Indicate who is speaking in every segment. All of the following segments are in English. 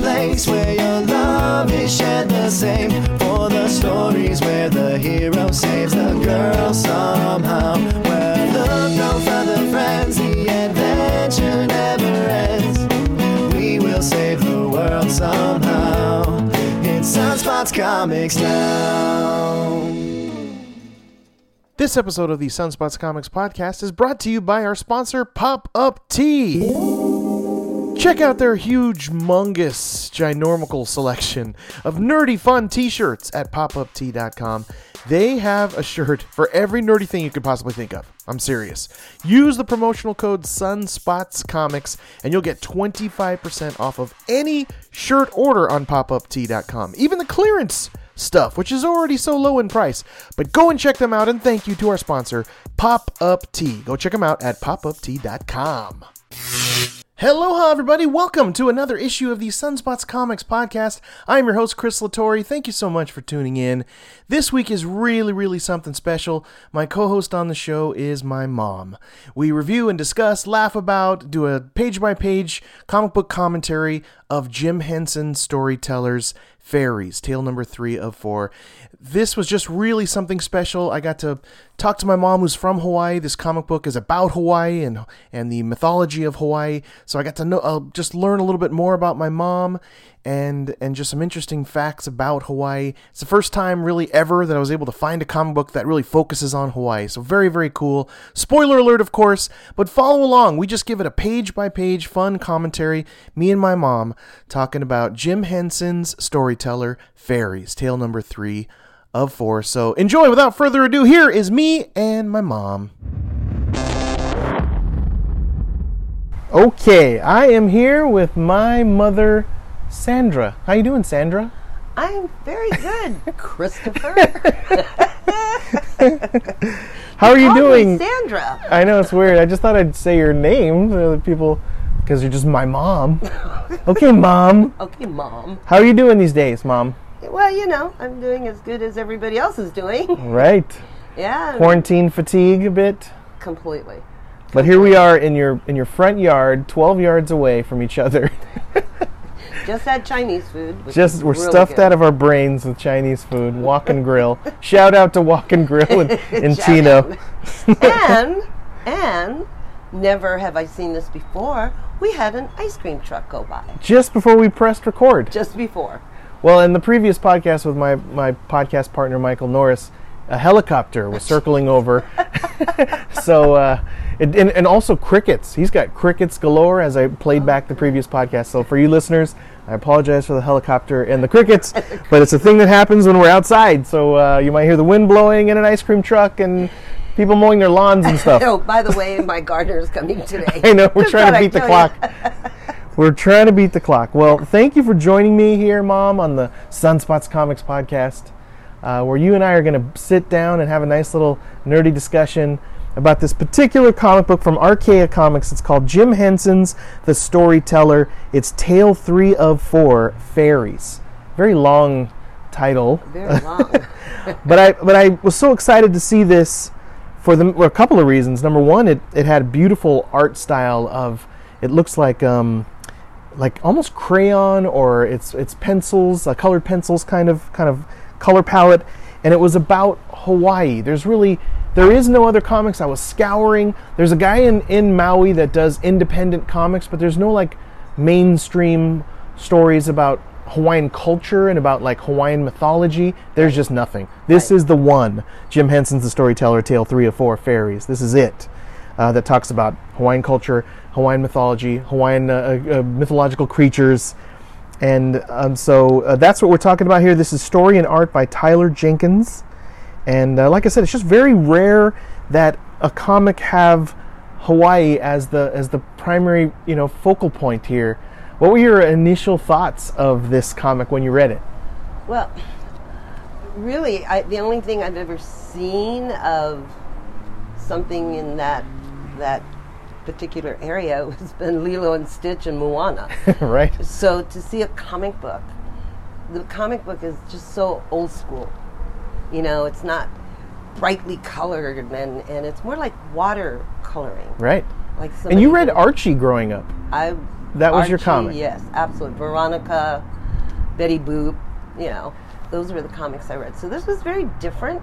Speaker 1: place where your love is shared the same. For the stories where the hero saves the girl somehow. Where look no further friends, the adventure never ends. We will save the world somehow. It's Sunspots Comics now.
Speaker 2: This episode of the Sunspots Comics podcast is brought to you by our sponsor, Pop Up Tea. Check out their huge, mungous, ginormical selection of nerdy fun t shirts at popuptea.com. They have a shirt for every nerdy thing you could possibly think of. I'm serious. Use the promotional code SunspotsComics and you'll get 25% off of any shirt order on popuptea.com, even the clearance stuff, which is already so low in price. But go and check them out and thank you to our sponsor, Pop Up Tea. Go check them out at popuptea.com. Hello, everybody. Welcome to another issue of the Sunspots Comics podcast. I'm your host, Chris Latore. Thank you so much for tuning in. This week is really, really something special. My co host on the show is my mom. We review and discuss, laugh about, do a page by page comic book commentary of Jim Henson's storytellers Fairies, tale number three of four. This was just really something special. I got to talk to my mom, who's from Hawaii. This comic book is about Hawaii and and the mythology of Hawaii. So I got to know, uh, just learn a little bit more about my mom, and and just some interesting facts about Hawaii. It's the first time really ever that I was able to find a comic book that really focuses on Hawaii. So very very cool. Spoiler alert, of course, but follow along. We just give it a page by page fun commentary. Me and my mom talking about Jim Henson's storyteller Fairies, tale number three of four. So enjoy. Without further ado, here is me and my mom. Okay, I am here with my mother, Sandra. How you doing, Sandra?
Speaker 3: I am very good, Christopher.
Speaker 2: How are you
Speaker 3: Call me
Speaker 2: doing?
Speaker 3: Sandra.
Speaker 2: I know it's weird. I just thought I'd say your name so that people, because you're just my mom. okay, mom.
Speaker 3: Okay, Mom.
Speaker 2: How are you doing these days, mom?
Speaker 3: Well, you know, I'm doing as good as everybody else is doing.
Speaker 2: Right.
Speaker 3: Yeah,
Speaker 2: Quarantine fatigue a bit,
Speaker 3: completely.
Speaker 2: but here we are in your in your front yard, 12 yards away from each other.
Speaker 3: Just had Chinese food. which
Speaker 2: Just
Speaker 3: is
Speaker 2: we're
Speaker 3: really
Speaker 2: stuffed
Speaker 3: good.
Speaker 2: out of our brains with Chinese food. Walk and Grill. Shout out to Walk and Grill in, in
Speaker 3: Shout
Speaker 2: Chino.
Speaker 3: And and never have I seen this before. We had an ice cream truck go by
Speaker 2: Just before we pressed record.
Speaker 3: just before.
Speaker 2: Well, in the previous podcast with my, my podcast partner Michael Norris, a helicopter was circling over. so, uh, it, and, and also crickets. He's got crickets galore as I played back the previous podcast. So, for you listeners, I apologize for the helicopter and the crickets, but it's a thing that happens when we're outside. So, uh, you might hear the wind blowing and an ice cream truck and people mowing their lawns and stuff.
Speaker 3: Oh, by the way, my gardener is coming today.
Speaker 2: I know we're
Speaker 3: Just
Speaker 2: trying
Speaker 3: thought
Speaker 2: to
Speaker 3: I'd
Speaker 2: beat the
Speaker 3: tell
Speaker 2: clock.
Speaker 3: you.
Speaker 2: we're trying to beat the clock. Well, thank you for joining me here, Mom, on the Sunspots Comics podcast, uh, where you and I are going to sit down and have a nice little nerdy discussion about this particular comic book from Archaea Comics. It's called Jim Henson's The Storyteller. It's Tale Three of Four: Fairies. Very long title
Speaker 3: Very long.
Speaker 2: but I but I was so excited to see this for the well, a couple of reasons. Number one, it it had beautiful art style of it looks like um like almost crayon or it's it's pencils, uh, colored pencils kind of kind of color palette, and it was about Hawaii. There's really there is no other comics I was scouring. There's a guy in in Maui that does independent comics, but there's no like mainstream stories about Hawaiian culture and about like Hawaiian mythology. There's just nothing. This is the one. Jim Henson's The Storyteller, Tale 3 of 4 Fairies. This is it uh, that talks about Hawaiian culture, Hawaiian mythology, Hawaiian uh, uh, mythological creatures. And um, so uh, that's what we're talking about here. This is story and art by Tyler Jenkins. And uh, like I said, it's just very rare that a comic have Hawaii as the as the primary you know focal point here. What were your initial thoughts of this comic when you read it?
Speaker 3: Well, really, I, the only thing I've ever seen of something in that that particular area has been Lilo and Stitch and Moana.
Speaker 2: right,
Speaker 3: so to see a comic book, the comic book is just so old school. You know, it's not brightly colored and, and it's more like water coloring.
Speaker 2: right.
Speaker 3: Like
Speaker 2: And you
Speaker 3: somebody
Speaker 2: read
Speaker 3: did.
Speaker 2: Archie growing up.
Speaker 3: I
Speaker 2: That was your
Speaker 3: Archie,
Speaker 2: comic.
Speaker 3: Yes, absolutely. Veronica, Betty Boop, you know, those were the comics I read. So this was very different,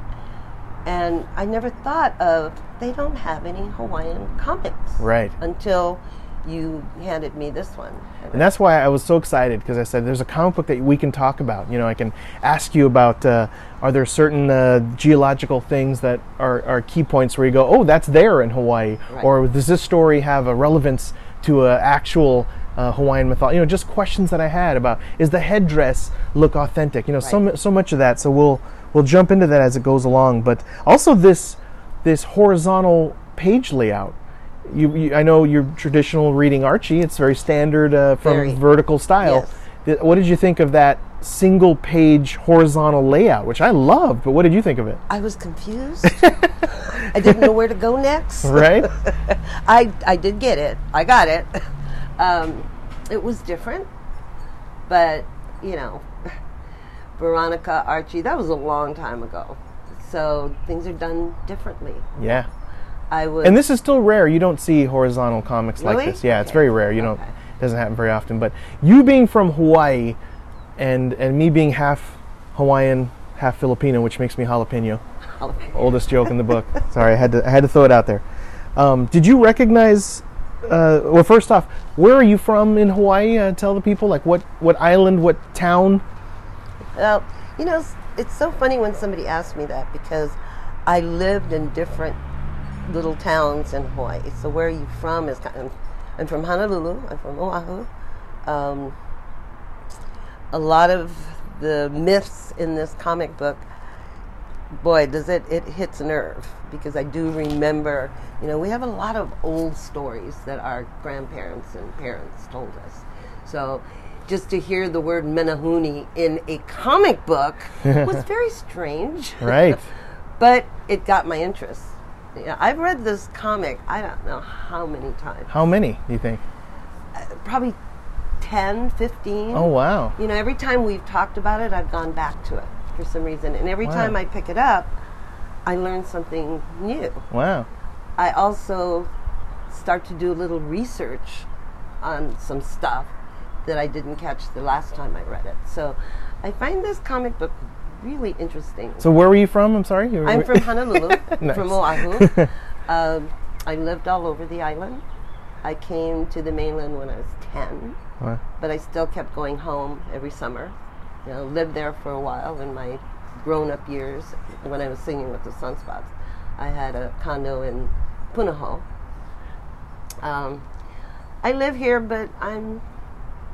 Speaker 3: and I never thought of they don't have any Hawaiian comics
Speaker 2: Right.
Speaker 3: until you handed me this one.
Speaker 2: And that's why I was so excited because I said, "There's a comic book that we can talk about. You know, I can ask you about uh, are there certain uh, geological things that are, are key points where you go, oh, that's there in Hawaii,
Speaker 3: Right.
Speaker 2: or does this story have a relevance to uh, actual uh, Hawaiian mythology? You know, just questions that I had about is the headdress look authentic? You know, so
Speaker 3: Right.
Speaker 2: mu- so much of that. So we'll we'll jump into that as it goes along. But also this this horizontal page layout. You, you, I know your traditional reading Archie. It's very standard uh, from
Speaker 3: Very.
Speaker 2: vertical style.
Speaker 3: Yes.
Speaker 2: Th- What did you think of that single page horizontal layout, which I loved? But what did you think of it?
Speaker 3: I was confused. I didn't know where to go next.
Speaker 2: Right?
Speaker 3: I, I did get it. I got it. Um, it was different, but you know, Veronica Archie. That was a long time ago, so things are done differently.
Speaker 2: yeah.
Speaker 3: I would.
Speaker 2: And this is still rare. You don't see horizontal comics like
Speaker 3: Really?
Speaker 2: this. Yeah, it's
Speaker 3: Okay.
Speaker 2: very rare. You don't.
Speaker 3: Okay.
Speaker 2: It doesn't happen very often. But you being from Hawaii, and and me being half Hawaiian, half Filipino, which makes me jalapeno. oldest joke in the book. Sorry, I had to I had to throw it out there. Um, did you recognize? Uh, well, first off, where are you from in Hawaii? Uh, tell the people like what what island, what town?
Speaker 3: Well, you know, s- it's so funny when somebody asks me that because I lived in different little towns in Hawaii. So where are you from? Is kind of, I'm from Honolulu. I'm from Oahu. Um, a lot of the myths in this comic book, boy, does it it hits a nerve because I do remember. You know, we have a lot of old stories that our grandparents and parents told us. So, just to hear the word Menahuni in a comic book was very strange
Speaker 2: Right.
Speaker 3: but it got my interest. Yeah, I've read this comic. I don't know how many times.
Speaker 2: How many do you think?
Speaker 3: Probably 10, 15.
Speaker 2: Oh wow.
Speaker 3: You know, every time we've talked about it, I've gone back to it for some reason. And every
Speaker 2: Wow.
Speaker 3: time I pick it up, I learn something new.
Speaker 2: Wow.
Speaker 3: I also start to do a little research on some stuff that I didn't catch the last time I read it. So I find this comic book really interesting.
Speaker 2: So where were you from? I'm sorry. You were-
Speaker 3: I'm from Honolulu,
Speaker 2: Nice.
Speaker 3: from Oahu. um, I lived all over the island. I came to the mainland when I was 10,
Speaker 2: Wow.
Speaker 3: but I still kept going home every summer. You know, lived there for a while in my grown up years when I was singing with the Sunspots. I had a condo in Punahou. Um, I live here, but I'm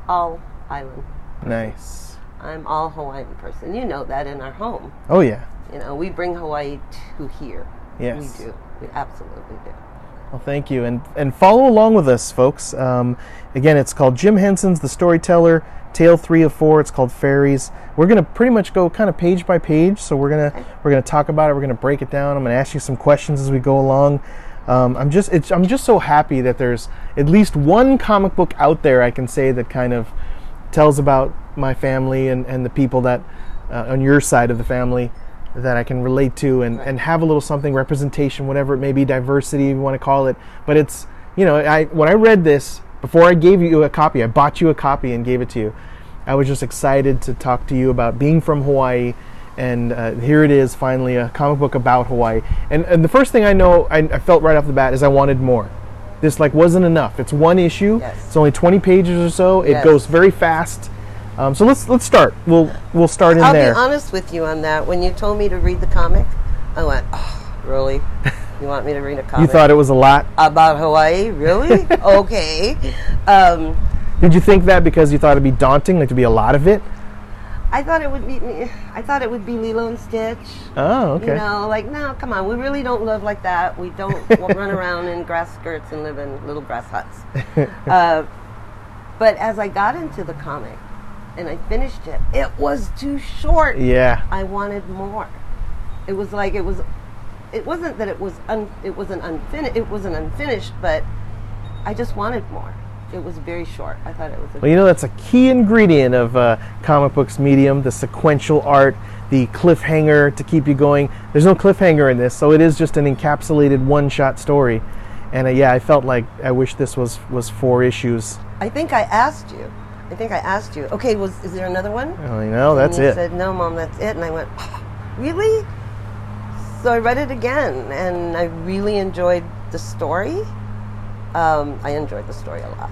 Speaker 3: all island.
Speaker 2: Nice.
Speaker 3: I'm all Hawaiian person. You know that in our home.
Speaker 2: Oh yeah.
Speaker 3: You know, we bring Hawaii to here.
Speaker 2: Yes.
Speaker 3: We do. We absolutely do.
Speaker 2: Well, thank you, and and follow along with us, folks. Um, again, it's called Jim Henson's The Storyteller, Tale Three of Four. It's called Fairies. We're gonna pretty much go kind of page by page. So we're gonna we're gonna talk about it. We're gonna break it down. I'm gonna ask you some questions as we go along. Um, I'm just it's, I'm just so happy that there's at least one comic book out there I can say that kind of tells about my family and, and the people that uh, on your side of the family that I can relate to and, and have a little something representation, whatever it may be, diversity you want to call it. But it's you know I when I read this before I gave you a copy, I bought you a copy and gave it to you. I was just excited to talk to you about being from Hawaii. And uh, here it is, finally, a comic book about Hawaii. And, and the first thing I know, I, I felt right off the bat, is I wanted more. This like wasn't enough. It's one issue.
Speaker 3: Yes.
Speaker 2: It's only 20 pages or so. It
Speaker 3: Yes.
Speaker 2: goes very fast. Um, so let's let's start. We'll we'll start in
Speaker 3: I'll
Speaker 2: there.
Speaker 3: be honest with you on that. When you told me to read the comic, I went, oh, really? You want me to read a
Speaker 2: you
Speaker 3: comic
Speaker 2: thought it was a lot.
Speaker 3: about Hawaii? Really? okay. Um,
Speaker 2: Did you think that because you thought it'd be daunting, like to be a lot of it?
Speaker 3: I thought it would be me. I thought it would be Lilo and Stitch.
Speaker 2: Oh, okay.
Speaker 3: You know, like no, come on, we really don't live like that. We don't w- run around in grass skirts and live in little grass huts. uh, but as I got into the comic and I finished it, it was too short.
Speaker 2: Yeah.
Speaker 3: I wanted more. It was like it was. It wasn't that it was un, it wasn't unfinished. It wasn't unfinished, but I just wanted more. It was very short. I thought it was. A,
Speaker 2: Well, you know that's a key ingredient of uh, comic books medium: the sequential art, the cliffhanger to keep you going. There's no cliffhanger in this, so it is just an encapsulated one-shot story. And uh, yeah, I felt like I wish this was was four issues.
Speaker 3: I think I asked you. I think I asked you. Okay, was is there another one?
Speaker 2: Oh, you know, that's
Speaker 3: and you
Speaker 2: it.
Speaker 3: Said no, mom, that's it. And I went, really? So I read it again, and I really enjoyed the story. Um, I enjoyed the story a lot.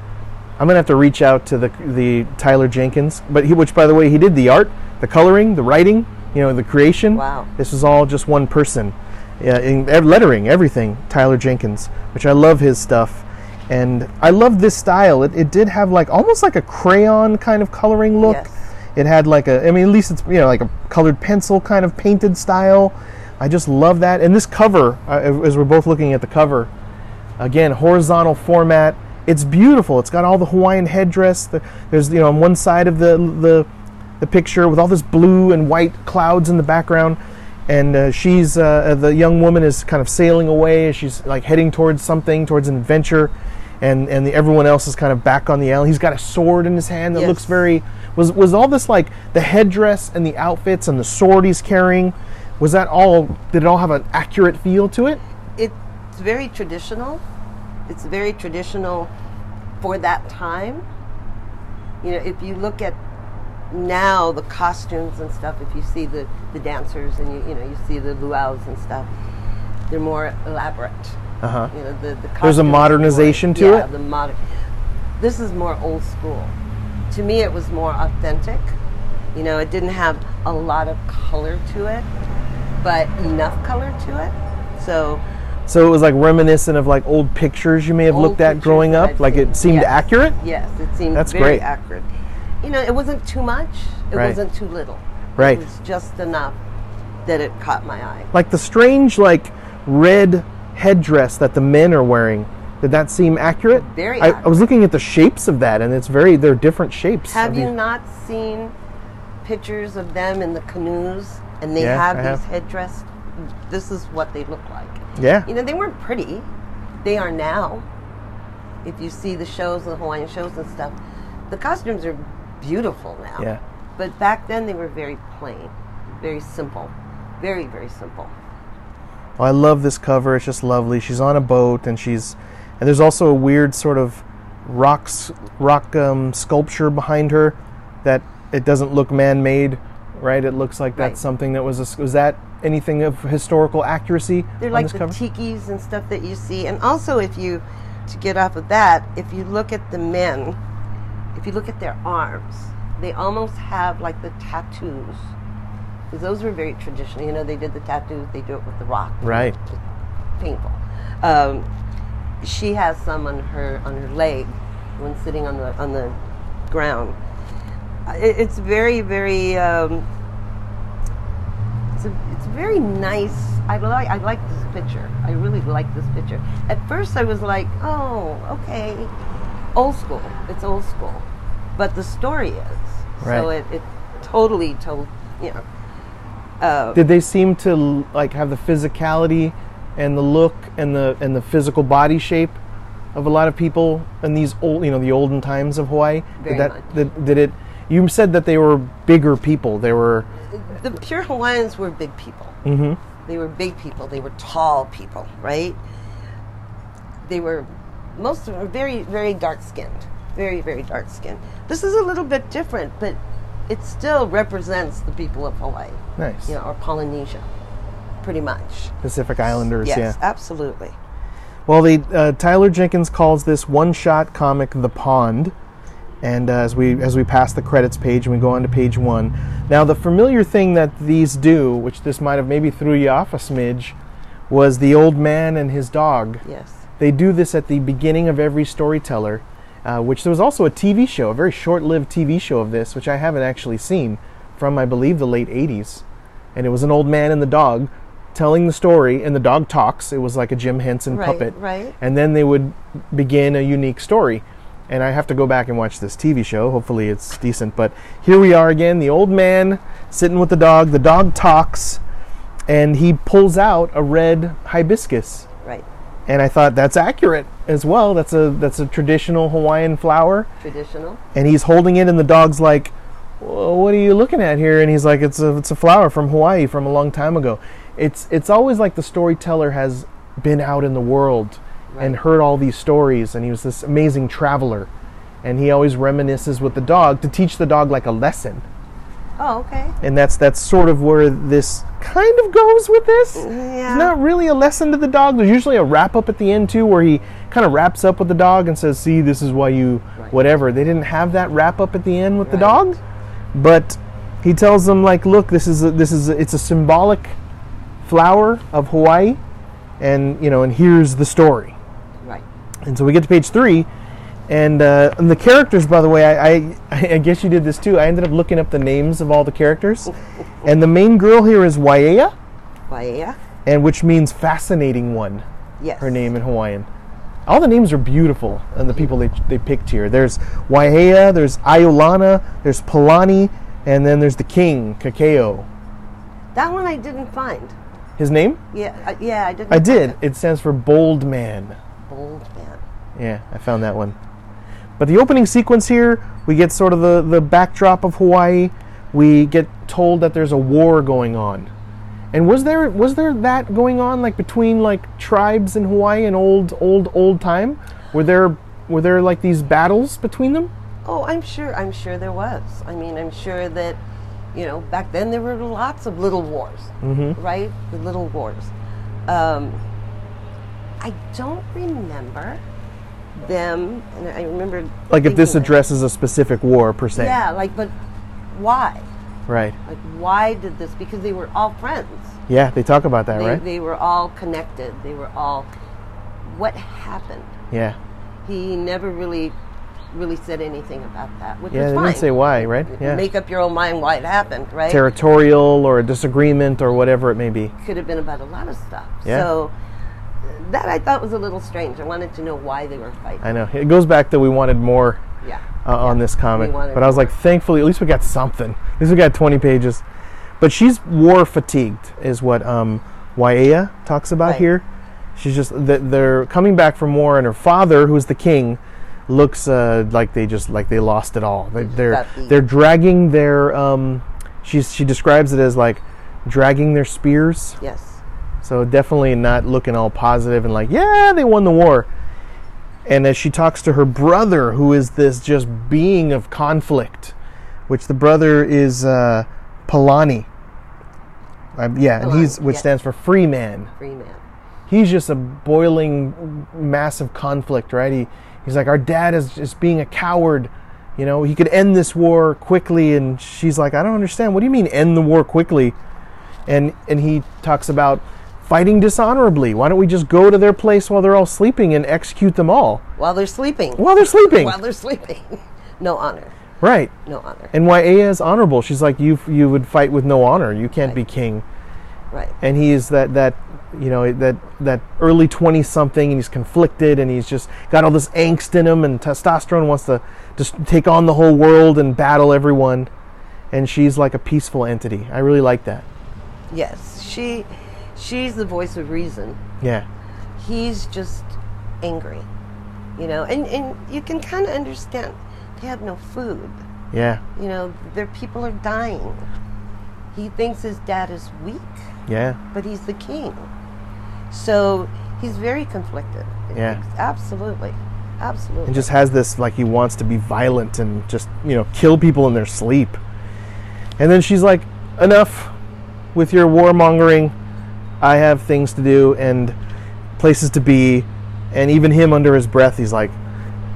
Speaker 2: I'm gonna have to reach out to the the Tyler Jenkins, but he, which by the way, he did the art, the coloring, the writing, you know, the creation.
Speaker 3: Wow.
Speaker 2: This was all just one person, yeah, in, ev- lettering, everything. Tyler Jenkins, which I love his stuff, and I love this style. It, it did have like almost like a crayon kind of coloring look.
Speaker 3: Yes.
Speaker 2: It had like a, I mean, at least it's you know like a colored pencil kind of painted style. I just love that. And this cover, uh, as we're both looking at the cover, again horizontal format it's beautiful it's got all the hawaiian headdress the, there's you know on one side of the, the the picture with all this blue and white clouds in the background and uh, she's uh, the young woman is kind of sailing away as she's like heading towards something towards an adventure and and the, everyone else is kind of back on the island he's got a sword in his hand that
Speaker 3: Yes.
Speaker 2: looks very was was all this like the headdress and the outfits and the sword he's carrying was that all did it all have an accurate feel to it
Speaker 3: It's very traditional. It's very traditional for that time. You know, if you look at now the costumes and stuff, if you see the, the dancers and you you know you see the luau's and stuff, they're more elaborate.
Speaker 2: uh-huh
Speaker 3: You know, the, the
Speaker 2: There's a
Speaker 3: costumes are more-
Speaker 2: modernization to
Speaker 3: yeah,
Speaker 2: it?
Speaker 3: The modern. This is more old school. To me, it was more authentic. You know, it didn't have a lot of color to it, but enough color to it. So
Speaker 2: So it was like reminiscent of like old pictures you may have
Speaker 3: Old
Speaker 2: looked at
Speaker 3: pictures
Speaker 2: growing
Speaker 3: that
Speaker 2: up.
Speaker 3: I've
Speaker 2: like
Speaker 3: seen.
Speaker 2: it seemed
Speaker 3: Yes.
Speaker 2: accurate.
Speaker 3: Yes, it seemed
Speaker 2: That's
Speaker 3: very
Speaker 2: great.
Speaker 3: accurate. You know, it wasn't too much. It
Speaker 2: Right.
Speaker 3: wasn't too little.
Speaker 2: Right.
Speaker 3: It was just enough that it caught my eye.
Speaker 2: Like the strange like red headdress that the men are wearing. Did that seem accurate?
Speaker 3: Very
Speaker 2: I, I was looking at the shapes of that, and it's very they're different shapes.
Speaker 3: Have
Speaker 2: of
Speaker 3: you
Speaker 2: these-
Speaker 3: not seen pictures of them in the canoes and they
Speaker 2: Yeah,
Speaker 3: have
Speaker 2: I
Speaker 3: these
Speaker 2: have.
Speaker 3: headdress? This is what they look like.
Speaker 2: Yeah.
Speaker 3: You know, they weren't pretty. They are now. If you see the shows, the Hawaiian shows and stuff, the costumes are beautiful now.
Speaker 2: Yeah.
Speaker 3: But back then they were very plain, very simple, very, very simple.
Speaker 2: Oh, I love this cover. It's just lovely. She's on a boat, and she's and there's also a weird sort of rocks rock um, sculpture behind her that it doesn't look man-made, right? It looks like that's
Speaker 3: Right.
Speaker 2: something that was a, was that anything of historical accuracy
Speaker 3: They're
Speaker 2: on
Speaker 3: like
Speaker 2: this
Speaker 3: the
Speaker 2: cover?
Speaker 3: tikis and stuff that you see. And also, if you, to get off of that, if you look at the men, if you look at their arms, they almost have like the tattoos. Because those were very traditional. You know, they did the tattoos, they do it with the rock.
Speaker 2: Right.
Speaker 3: It's painful. Um, she has some on her on her leg when sitting on the on the ground. I- It's very very. Um, it's a, it's very nice. I like I like this picture. I really like this picture. At first, I was like, oh, okay, old school. It's old school, but the story is so
Speaker 2: Right.
Speaker 3: it, it totally told you know. Uh,
Speaker 2: Did they seem to l- like have the physicality and the look and the and the physical body shape of a lot of people in these old, you know, the olden times of Hawaii?
Speaker 3: Very
Speaker 2: did that
Speaker 3: much.
Speaker 2: Did, did it you said that they were bigger people. They were
Speaker 3: the pure Hawaiians were big people. Mm-hmm. They were big people. They were tall people, right? They were most of them were very, very dark skinned, very, very dark skinned. This is a little bit different, but it still represents the people of Hawaii,
Speaker 2: nice.
Speaker 3: you know, or Polynesia, pretty much.
Speaker 2: Pacific Islanders,
Speaker 3: yes,
Speaker 2: yeah.
Speaker 3: absolutely.
Speaker 2: Well, they, uh, Tyler Jenkins calls this one-shot comic "The Pond," and uh, as we as we pass the credits page and we go on to page one, now the familiar thing that these do, which this might have maybe threw you off a smidge, was the old man and his dog.
Speaker 3: Yes.
Speaker 2: They do this at the beginning of every storyteller, uh, which there was also a TV show, a very short-lived TV show of this, which I haven't actually seen, from I believe the late '80s, and it was an old man and the dog telling the story, and the dog talks. It was like a Jim Henson
Speaker 3: Right,
Speaker 2: puppet,
Speaker 3: right.
Speaker 2: And then they would begin a unique story. And I have to go back and watch this TV show. Hopefully, it's decent. But here we are again, the old man sitting with the dog. The dog talks, and he pulls out a red hibiscus
Speaker 3: Right.
Speaker 2: and I thought that's accurate as well. That's a that's a traditional Hawaiian flower,
Speaker 3: Traditional.
Speaker 2: and he's holding it, and the dog's like, "Wha- "What are you looking at here?" And he's like, "It's a it's a flower from Hawaii from a long time ago." It's it's always like the storyteller has been out in the world and
Speaker 3: Right.
Speaker 2: heard all these stories, and he was this amazing traveler, and he always reminisces with the dog to teach the dog like a lesson.
Speaker 3: Oh, okay.
Speaker 2: And that's that's sort of where this kind of goes with this.
Speaker 3: Yeah.
Speaker 2: It's not really a lesson to the dog. There's usually a wrap up at the end too, where he kind of wraps up with the dog and says, "See, this is why you whatever." They didn't have that wrap up at the end with the dog, but he tells them like, "Look, this is a, this is a, it's a symbolic flower of Hawaii, and you know, and here's the story."
Speaker 3: Right.
Speaker 2: And so we get to page three, and, uh, and the characters, by the way, I, I, I guess you did this too. I ended up looking up the names of all the characters, and the main girl here is Waiea,
Speaker 3: Why, yeah.
Speaker 2: and which means fascinating one.
Speaker 3: Yes.
Speaker 2: Her name in Hawaiian. All the names are beautiful, and the people they, they picked here. There's Waiea, there's Iolana, there's Palani, and then there's the king, Kakeo.
Speaker 3: That one I didn't find.
Speaker 2: His name?
Speaker 3: Yeah, I, yeah, I didn't.
Speaker 2: I
Speaker 3: find
Speaker 2: did.
Speaker 3: that
Speaker 2: It stands for bold man.
Speaker 3: Bold man.
Speaker 2: Yeah, I found that one. But the opening sequence here, we get sort of the, the backdrop of Hawaii. We get told that there's a war going on. And was there was there that going on like between like tribes in Hawaii in old old old time? Were there were there like these battles between them?
Speaker 3: Oh, I'm sure. I'm sure there was. I mean, I'm sure that, you know, back then there were lots of little wars,
Speaker 2: Mm-hmm.
Speaker 3: right? The little wars. Um, I don't remember them, and I remember
Speaker 2: Like if this
Speaker 3: thinking that-
Speaker 2: addresses a specific war per se.
Speaker 3: Yeah, like, but why?
Speaker 2: Right.
Speaker 3: Like, why did this? Because they were all friends.
Speaker 2: Yeah, they talk about that,
Speaker 3: They,
Speaker 2: right?
Speaker 3: they were all connected. They were all. What happened?
Speaker 2: yeah.
Speaker 3: He never really, really said anything about that, which
Speaker 2: Yeah,
Speaker 3: was
Speaker 2: they
Speaker 3: fine.
Speaker 2: didn't say why, right? Yeah.
Speaker 3: Make up your own mind why it happened, right?
Speaker 2: Territorial or a disagreement or whatever it may be.
Speaker 3: Could have been about a lot of stuff.
Speaker 2: Yeah.
Speaker 3: So uh, that I thought was a little strange. I wanted to know why they were fighting.
Speaker 2: I know. It goes back that we wanted more
Speaker 3: yeah.
Speaker 2: uh, on this comic.
Speaker 3: We wanted
Speaker 2: But I was like, thankfully, at least we got something. At least we got 20 pages. But she's war fatigued, is what um, Waiea talks about
Speaker 3: Right.
Speaker 2: here. She's just th- they're coming back from war, and her father, who's the king, looks uh, like they just like they lost it all. They, they're
Speaker 3: got beat.
Speaker 2: they're dragging their. Um, she's she describes it as like dragging their spears.
Speaker 3: Yes.
Speaker 2: So definitely not looking all positive and like, yeah, they won the war. And as she talks to her brother, who is this just being of conflict, which the brother is uh, Palani. Um, yeah, and he's
Speaker 3: Palani,
Speaker 2: which
Speaker 3: yeah.
Speaker 2: stands for free man.
Speaker 3: Free man.
Speaker 2: He's just a boiling mass of conflict, right? He he's like, our dad is just being a coward. You know, he could end this war quickly, and she's like, I don't understand. What do you mean end the war quickly? and and he talks about fighting dishonorably. Why don't we just go to their place while they're all sleeping and execute them all
Speaker 3: While they're sleeping.
Speaker 2: while they're sleeping?
Speaker 3: While they're sleeping. no honor.
Speaker 2: right.
Speaker 3: No honor.
Speaker 2: And why Aya is honorable. She's like you you would fight with no honor. You can't be king.
Speaker 3: right.
Speaker 2: And he is that that you know that that early 20 something and he's conflicted and he's just got all this angst in him and testosterone wants to just take on the whole world and battle everyone and she's like a peaceful entity i really like that
Speaker 3: Yes. She, she's the voice of reason.
Speaker 2: yeah
Speaker 3: he's just angry you know and, and you can kind of understand they have no food
Speaker 2: yeah
Speaker 3: you know their people are dying he thinks his dad is weak
Speaker 2: yeah
Speaker 3: but he's the king so he's very conflicted
Speaker 2: Yeah.
Speaker 3: absolutely absolutely
Speaker 2: and just has this like he wants to be violent and just you know kill people in their sleep and then she's like enough with your warmongering i have things to do and places to be and even him under his breath he's like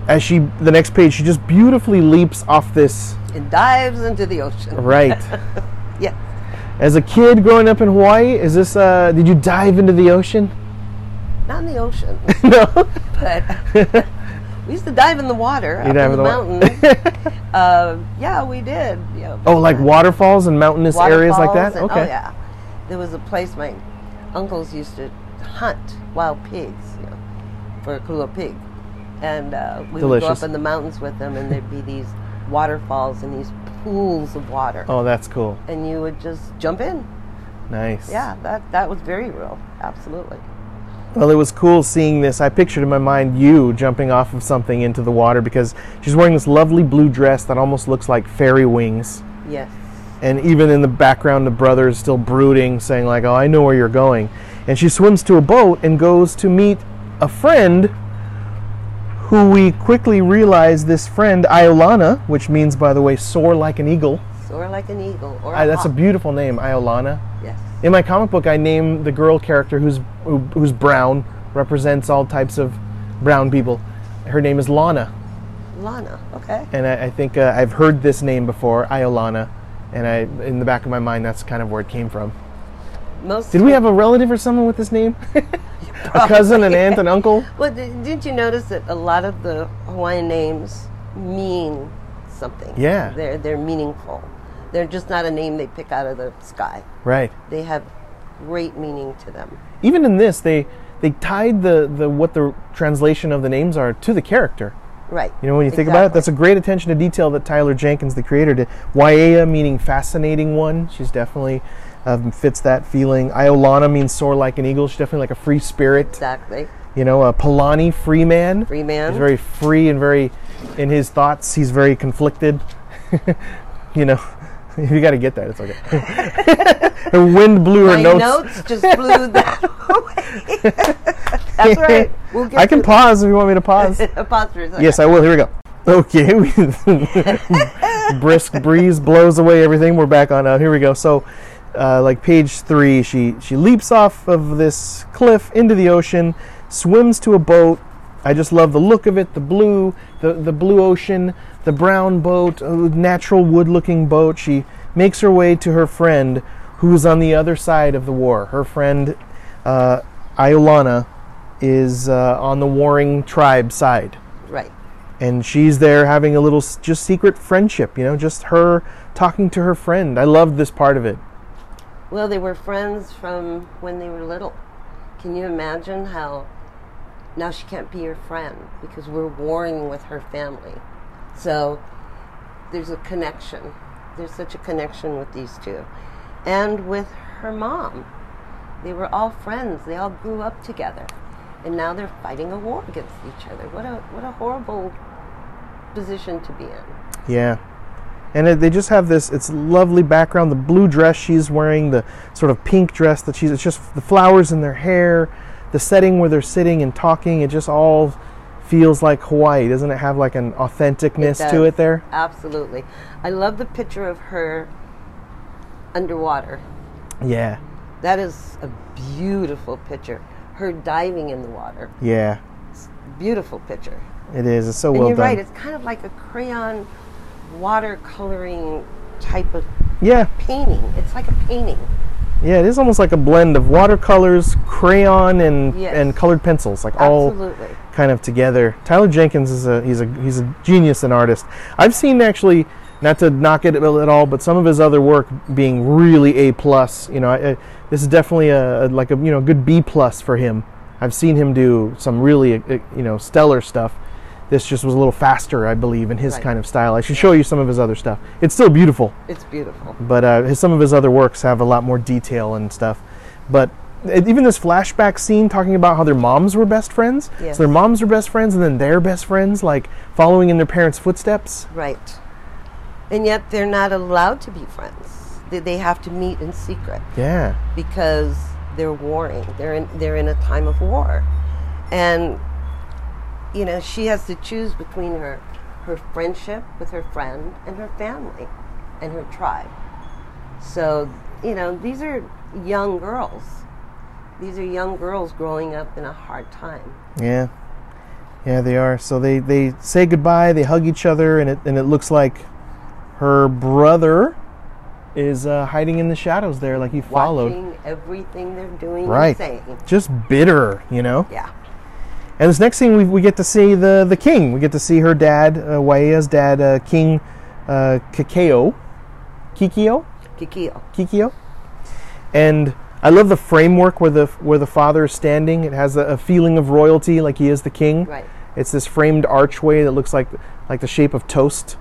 Speaker 2: as she the next page she just beautifully leaps off this
Speaker 3: and dives into the ocean
Speaker 2: right
Speaker 3: yeah
Speaker 2: as a kid growing up in hawaii is this uh did you dive into the ocean
Speaker 3: not in the ocean
Speaker 2: no
Speaker 3: but we used to dive in the water up
Speaker 2: dive
Speaker 3: in the
Speaker 2: in the wa-
Speaker 3: mountain uh, yeah we did yeah.
Speaker 2: oh like waterfalls and mountainous areas like that
Speaker 3: waterfalls and-
Speaker 2: okay
Speaker 3: Oh yeah, there was a place my uncles used to hunt wild pigs, you know, for a kula pig, and uh, we would
Speaker 2: Delicious.
Speaker 3: go up in the mountains with them, and there'd be these waterfalls and these pools of water,
Speaker 2: oh that's cool
Speaker 3: and you would just jump in.
Speaker 2: nice
Speaker 3: Yeah, that that was very real, absolutely.
Speaker 2: Well, it was cool seeing this. I pictured in my mind you jumping off of something into the water because she's wearing this lovely blue dress that almost looks like fairy wings.
Speaker 3: Yes,
Speaker 2: And even in the background, the brother is still brooding, saying like, "Oh, I know where you're going." And she swims to a boat and goes to meet a friend who we quickly realize this friend Iolana, which means by the way, soar like an eagle.
Speaker 3: Soar like an eagle. Or
Speaker 2: I, that's a
Speaker 3: hawk.
Speaker 2: beautiful name, Iolana.
Speaker 3: Yes.
Speaker 2: In my comic book, I name the girl character who's who, who's brown, represents all types of brown people. Her name is Lana,
Speaker 3: Lana. Okay.
Speaker 2: and I, I think uh, I've heard this name before, Iolana, and I in the back of my mind that's kind of where it came from.
Speaker 3: Most. Oh,
Speaker 2: Did we have a relative or someone with this name? a cousin, an aunt, an uncle?
Speaker 3: Well, di- didn't you notice that a lot of the Hawaiian names mean something?
Speaker 2: Yeah.
Speaker 3: They're they're meaningful. They're just not a name they pick out of the sky.
Speaker 2: Right.
Speaker 3: They have great meaning to them.
Speaker 2: Even in this, they they tied the, the what the translation of the names are to the character.
Speaker 3: Right.
Speaker 2: You know, when you think about it, that's a great attention to detail that Tyler Jenkins, the creator, did. Waiea meaning fascinating one. She's definitely um, fits that feeling. Iolana means soar like an eagle. She's definitely like a free spirit.
Speaker 3: exactly
Speaker 2: You know, uh, Polani, free man.
Speaker 3: free man.
Speaker 2: He's very free and very in his thoughts. He's very conflicted. you know, you got to get that. It's okay. the wind blew her
Speaker 3: My
Speaker 2: notes.
Speaker 3: notes just blew that away. That's all right. We'll get
Speaker 2: I can
Speaker 3: to
Speaker 2: pause if you want me to pause.
Speaker 3: the- pause for a second.
Speaker 2: Yes, I will. Here we go. Okay. we- Brisk breeze blows away everything. We're back on. Uh, here we go. So, uh, like page three, she she leaps off of this cliff into the ocean, swims to a boat. I just love the look of it. The blue, the the blue ocean, the brown boat, a natural wood-looking boat. She makes her way to her friend, who's on the other side of the war. Her friend, uh, Iolana, is uh, on the warring tribe side
Speaker 3: Right.
Speaker 2: and she's there having a little s- just secret friendship you know just her talking to her friend i loved this part of it
Speaker 3: Well, they were friends from when they were little. Can you imagine how now she can't be your friend because we're warring with her family? So there's a connection. There's such a connection with these two. And with her mom. They were all friends. They all grew up together. And now they're fighting a war against each other. What a what a horrible position to be in.
Speaker 2: yeah and it, they just have this it's lovely background the blue dress she's wearing the sort of pink dress that she's it's just the flowers in their hair the setting where they're sitting and talking it just all feels like hawaii doesn't it have like an authenticness to
Speaker 3: does.
Speaker 2: it there
Speaker 3: Absolutely. I love the picture of her underwater.
Speaker 2: yeah
Speaker 3: That is a beautiful picture. Her diving in the water.
Speaker 2: yeah
Speaker 3: Beautiful picture.
Speaker 2: it is it's so
Speaker 3: And
Speaker 2: well
Speaker 3: you're
Speaker 2: done
Speaker 3: right, it's kind of like a crayon watercoloring type of
Speaker 2: yeah
Speaker 3: painting. It's like a painting.
Speaker 2: Yeah, it is almost like a blend of watercolors, crayon, and
Speaker 3: Yes.
Speaker 2: and colored pencils, like
Speaker 3: Absolutely.
Speaker 2: all kind of together. Tyler Jenkins is a he's a he's a genius and artist. I've seen actually, not to knock it at all, but some of his other work being really a plus. You know, I, I, this is definitely a, a- like a you know good B plus for him. I've seen him do some really uh, you know stellar stuff. This just was a little faster, I believe, in his
Speaker 3: Right.
Speaker 2: kind of style. I should show you some of his other stuff. It's still beautiful
Speaker 3: It's beautiful.
Speaker 2: but uh, his, some of his other works have a lot more detail and stuff. But it- even this flashback scene talking about how their moms were best friends.
Speaker 3: Yes.
Speaker 2: So their moms were best friends, and then they're best friends, like following in their parents' footsteps.
Speaker 3: Right. And yet they're not allowed to be friends. They- They have to meet in secret.
Speaker 2: Yeah,
Speaker 3: because they're warring. They're in they're in a time of war, and you know she has to choose between her her friendship with her friend and her family and her tribe. So you know these are young girls. These are young girls growing up in a hard time.
Speaker 2: yeah, yeah. They are. So they they say goodbye. They hug each other, and it and it looks like her brother is uh, hiding in the shadows there, like he followed.
Speaker 3: Watching everything they're doing
Speaker 2: Right.
Speaker 3: and saying.
Speaker 2: Just bitter, you know.
Speaker 3: Yeah.
Speaker 2: And this next scene, we, we get to see the, the king. We get to see her dad, uh, Waia's dad, uh, King uh, Kikeo. Kikio?
Speaker 3: Kikio.
Speaker 2: Kikio? And I love the framework where the where the father is standing. It has a, a feeling of royalty, like he is the king.
Speaker 3: Right.
Speaker 2: It's this framed archway that looks like like the shape of toast.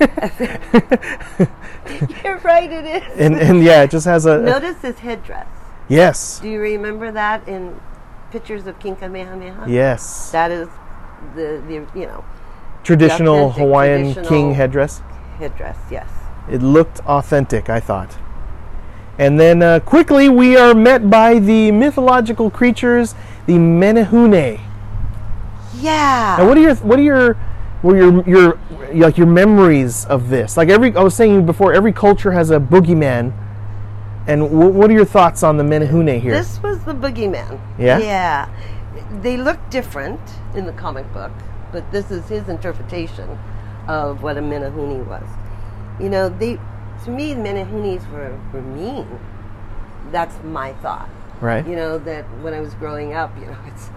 Speaker 3: You're right, it is.
Speaker 2: And and yeah, it just has a, a-
Speaker 3: Notice his headdress.
Speaker 2: yes,
Speaker 3: Do you remember that in pictures of King Kamehameha?
Speaker 2: yes,
Speaker 3: That is the, the you know,
Speaker 2: traditional
Speaker 3: authentic,
Speaker 2: Hawaiian
Speaker 3: traditional-
Speaker 2: king headdress.
Speaker 3: headdress, yes.
Speaker 2: It looked authentic, I thought. And then uh, quickly we are met by the mythological creatures, the Menehune.
Speaker 3: Yeah.
Speaker 2: Now, what are your what are your were your your like your memories of this? Like every I was saying before, every culture has a boogeyman. And wh- what are your thoughts on the Menahune here?
Speaker 3: This was the boogeyman.
Speaker 2: Yeah?
Speaker 3: Yeah. They look different in the comic book, but this is his interpretation of what a Menahune was. You know, they to me Menahunes were, were mean. That's my thought.
Speaker 2: right.
Speaker 3: You know, that when I was growing up, you know, it's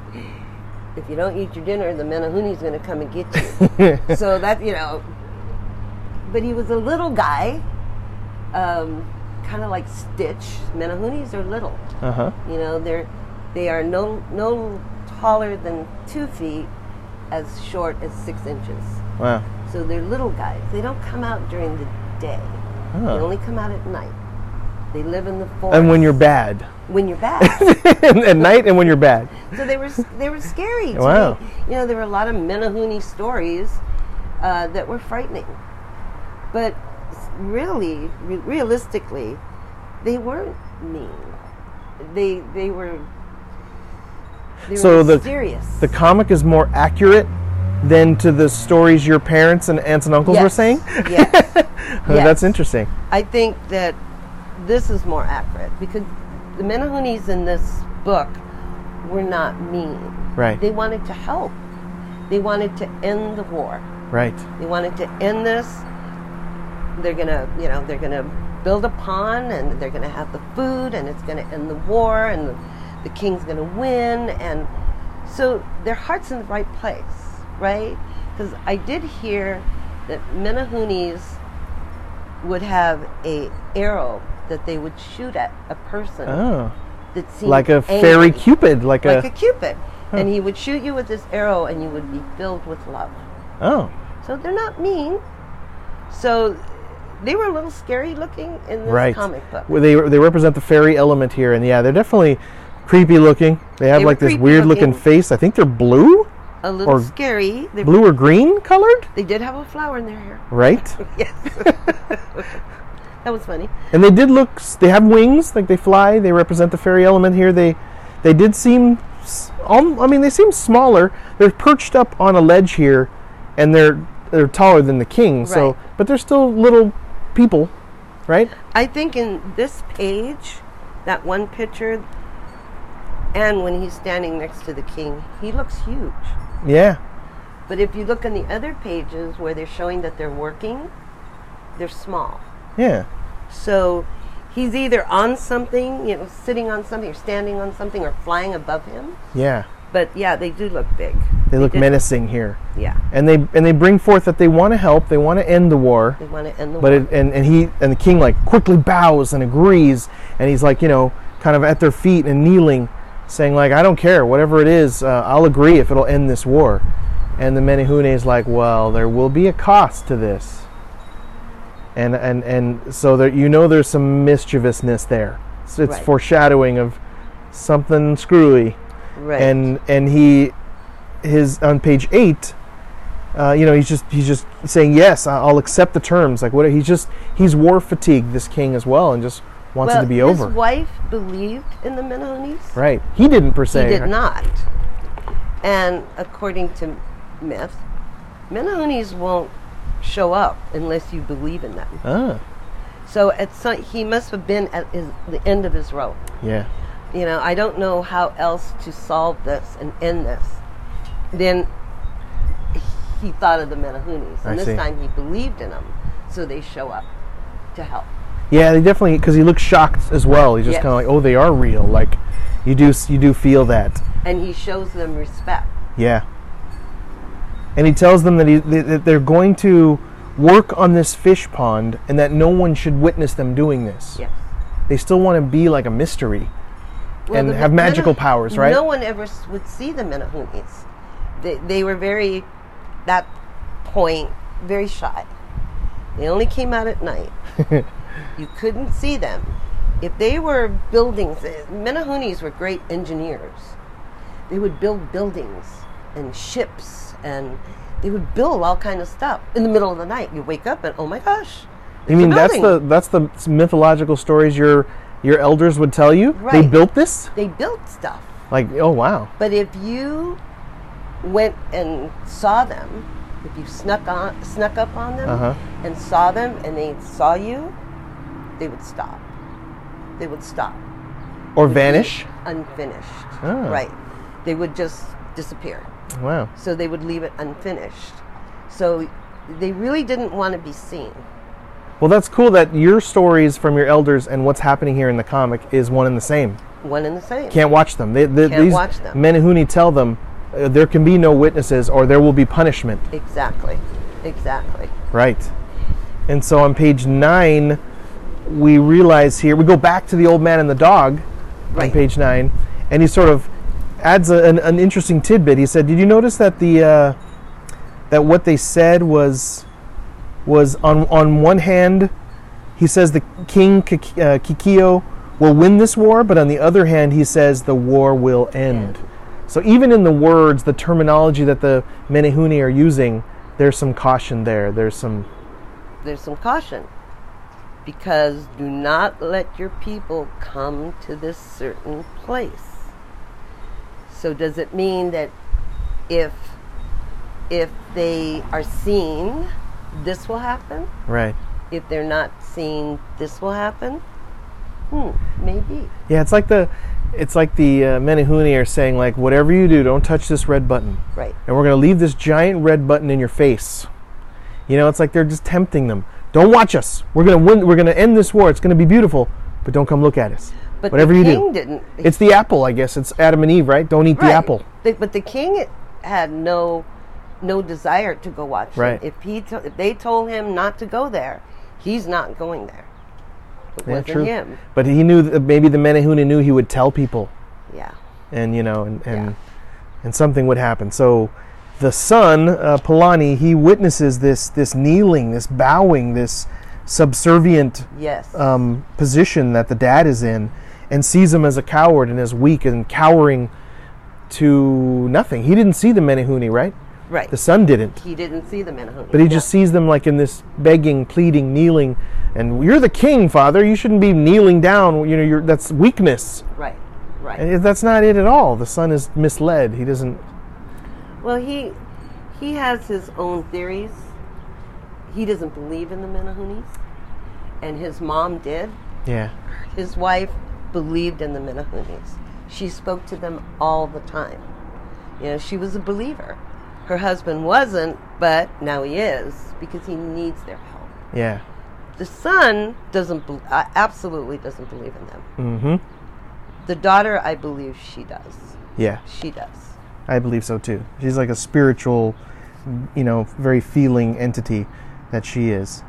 Speaker 3: if you don't eat your dinner, the Menahune's gonna come and get you. so that you know but he was a little guy um, kind of like stitch menahunis are little
Speaker 2: uh huh.
Speaker 3: you know they're they are no no taller than two feet as short as six inches
Speaker 2: Wow.
Speaker 3: so they're little guys they don't come out during the day they
Speaker 2: Oh.
Speaker 3: only come out at night they live in the forest
Speaker 2: And when you're bad,
Speaker 3: when you're back
Speaker 2: at night, and when you're bad.
Speaker 3: So they were they were scary. To
Speaker 2: Wow.
Speaker 3: Me. You know, there were a lot of Menahune stories uh, that were frightening, but really, re- realistically, they weren't mean. They they were. They
Speaker 2: So
Speaker 3: were
Speaker 2: the-
Speaker 3: mysterious.
Speaker 2: The comic is more accurate than to the stories your parents and aunts and uncles were
Speaker 3: Yes.
Speaker 2: saying.
Speaker 3: Yes.
Speaker 2: Uh, That's
Speaker 3: Yes.
Speaker 2: interesting.
Speaker 3: I think that this is more accurate because the Menahunes in this book were not mean.
Speaker 2: Right.
Speaker 3: They wanted to help. They wanted to end the war.
Speaker 2: Right.
Speaker 3: They wanted to end this. They're gonna, you know, they're gonna build a pond and they're gonna have the food and it's gonna end the war and the, the king's gonna win and so their heart's in the right place, right? Because I did hear that Menahunis would have a arrow that they would shoot at a person
Speaker 2: Oh.
Speaker 3: that seemed
Speaker 2: Like a
Speaker 3: angry,
Speaker 2: fairy cupid, like,
Speaker 3: like a
Speaker 2: a
Speaker 3: cupid, and he would shoot you with this arrow and you would be filled with love.
Speaker 2: oh.
Speaker 3: So they're not mean. So they were a little scary looking in this
Speaker 2: right
Speaker 3: comic book.
Speaker 2: Well, they they represent the fairy element here, and yeah, they're definitely creepy looking. They have
Speaker 3: They were
Speaker 2: like this
Speaker 3: creepy
Speaker 2: weird looking
Speaker 3: looking.
Speaker 2: face. I think they're blue,
Speaker 3: a little
Speaker 2: or-
Speaker 3: scary. They,
Speaker 2: blue or green colored,
Speaker 3: they did have a flower in their hair.
Speaker 2: right?
Speaker 3: Yes. that was funny.
Speaker 2: And they did look. s- They have wings, like they fly. They represent the fairy element here. They they did seem. s- al- I mean, they seem smaller. They're perched up on a ledge here, and they're they're taller than the king. So,
Speaker 3: Right.
Speaker 2: but they're still little people, right?
Speaker 3: I think in this page, that one picture, and when he's standing next to the king, he looks huge.
Speaker 2: Yeah.
Speaker 3: But if you look on the other pages where they're showing that they're working, they're small.
Speaker 2: Yeah.
Speaker 3: So he's either on something, you know, sitting on something or standing on something or flying above him.
Speaker 2: Yeah.
Speaker 3: But yeah, they do look big.
Speaker 2: They look
Speaker 3: did-
Speaker 2: menacing here.
Speaker 3: Yeah,
Speaker 2: and they and they bring forth that they want to help, they want to end the war,
Speaker 3: they want to end the
Speaker 2: but
Speaker 3: war.
Speaker 2: it, and and he and the king like quickly bows and agrees, and he's like you know kind of at their feet and kneeling, saying like I don't care whatever it is, uh, I'll agree if it'll end this war, and the Menahune is like well there will be a cost to this, and and and so there you know there's some mischievousness there, so it's
Speaker 3: Right.
Speaker 2: foreshadowing of something screwy
Speaker 3: right.
Speaker 2: and and he his on page eight uh, you know he's just he's just saying yes I- i'll accept the terms like what he's just he's war fatigued this king as well and just wants
Speaker 3: well,
Speaker 2: it to be
Speaker 3: his
Speaker 2: over
Speaker 3: wife believed in the Menahunes.
Speaker 2: right he didn't per se
Speaker 3: He did
Speaker 2: right?
Speaker 3: not. And according to myth, Menahunes won't show up unless you believe in them.
Speaker 2: Ah,
Speaker 3: So at some, he must have been at his, the end of his rope.
Speaker 2: yeah
Speaker 3: you know, I don't know how else to solve this and end this. Then he thought of the Menahunis, and
Speaker 2: I
Speaker 3: this
Speaker 2: see.
Speaker 3: time he believed in them, so they show up to help.
Speaker 2: yeah they definitely because he looks shocked as well he's just
Speaker 3: Yes.
Speaker 2: kind of like oh they are real like you do s- you do feel that
Speaker 3: And he shows them respect.
Speaker 2: Yeah. And he tells them that, he, that that they're going to work on this fish pond and that no one should witness them doing this.
Speaker 3: Yes.
Speaker 2: They still want to be like a mystery.
Speaker 3: Well,
Speaker 2: And
Speaker 3: the
Speaker 2: have magical
Speaker 3: Menah-
Speaker 2: powers, right?
Speaker 3: No one ever s- would see the Menahunis. They, they were very, that point, very shy. They only came out at night. you couldn't see them. If they were buildings, eh, Menahunis were great engineers. They would build buildings and ships and they would build all kind of stuff in the middle of the night. You wake up and oh my gosh.
Speaker 2: You
Speaker 3: it's a
Speaker 2: mean that's the
Speaker 3: building.
Speaker 2: that's the mythological stories your your elders would tell you? They
Speaker 3: Right.
Speaker 2: built this?
Speaker 3: they built stuff.
Speaker 2: Like, oh wow.
Speaker 3: But if you went and saw them, if you snuck on, snuck up on them
Speaker 2: Uh-huh.
Speaker 3: and saw them, and they saw you, they would stop. They would stop.
Speaker 2: Or vanish.
Speaker 3: Unfinished.
Speaker 2: Ah.
Speaker 3: Right. They would just disappear.
Speaker 2: Wow.
Speaker 3: so they would leave it unfinished. So they really didn't want to be seen.
Speaker 2: Well, that's cool that your stories from your elders and what's happening here in the comic is one and the same.
Speaker 3: One and the same.
Speaker 2: Can't watch them. They, they,
Speaker 3: Can't
Speaker 2: these
Speaker 3: watch them.
Speaker 2: Menahuni tell them uh, there can be no witnesses or there will be punishment.
Speaker 3: Exactly. Exactly.
Speaker 2: Right. And so on page nine, we realize here, we go back to the old man and the dog on
Speaker 3: Right.
Speaker 2: page nine, and he sort of adds a, an, an interesting tidbit. He said, Did you notice that the. Uh, that what they said was was on on one hand he says the king Kik- uh, Kikyo will win this war but on the other hand he says the war will end so even in the words the terminology that the Menehune are using there's some caution there there's some
Speaker 3: There's some caution because do not let your people come to this certain place. So does it mean that if if they are seen, this will happen?
Speaker 2: right
Speaker 3: If they're not seen, this will happen? Hmm, maybe.
Speaker 2: yeah it's like the it's like the uh, Menehune are saying like whatever you do don't touch this red button
Speaker 3: Right.
Speaker 2: and we're going to leave this giant red button in your face. You know, it's like they're just tempting them. Don't watch us. We're going to win. We're going to end this war. It's going to be beautiful, but don't come look at us.
Speaker 3: But
Speaker 2: Whatever
Speaker 3: the
Speaker 2: you
Speaker 3: king
Speaker 2: do.
Speaker 3: didn't.
Speaker 2: It's the apple, I guess. It's Adam and Eve, right? Don't eat
Speaker 3: Right.
Speaker 2: the apple.
Speaker 3: The- but the king had no no desire to go watch them.
Speaker 2: Right.
Speaker 3: If he to, if they told him not to go there, he's not going there. It
Speaker 2: Yeah,
Speaker 3: wasn't him.
Speaker 2: But he knew that maybe the Menahune knew he would tell people,
Speaker 3: Yeah.
Speaker 2: and you know, and and, and something would happen. So the son, uh, Polani, he witnesses this this kneeling, this bowing, this subservient
Speaker 3: Yes.
Speaker 2: um, position that the dad is in and sees him as a coward and as weak and cowering to nothing. He didn't see the Menahune, right?
Speaker 3: right.
Speaker 2: The son didn't.
Speaker 3: he didn't see the Menahune.
Speaker 2: But he just sees them like in this begging, pleading, kneeling, and you're the king, father. You shouldn't be kneeling down. You know, you're, that's weakness.
Speaker 3: Right. Right.
Speaker 2: And that's not it at all. The son is misled. He doesn't.
Speaker 3: well, he he has his own theories. He doesn't believe in the Menahunes, and his mom did.
Speaker 2: Yeah.
Speaker 3: His wife believed in the Menahunes. She spoke to them all the time. You know, she was a believer. Her husband wasn't, but now he is because he needs their help.
Speaker 2: Yeah.
Speaker 3: The son doesn't, bel uh, absolutely doesn't believe in them.
Speaker 2: Mm-hmm.
Speaker 3: The daughter, I believe she does.
Speaker 2: Yeah.
Speaker 3: She does.
Speaker 2: I believe so too. She's like a spiritual, you know, very feeling entity that she is.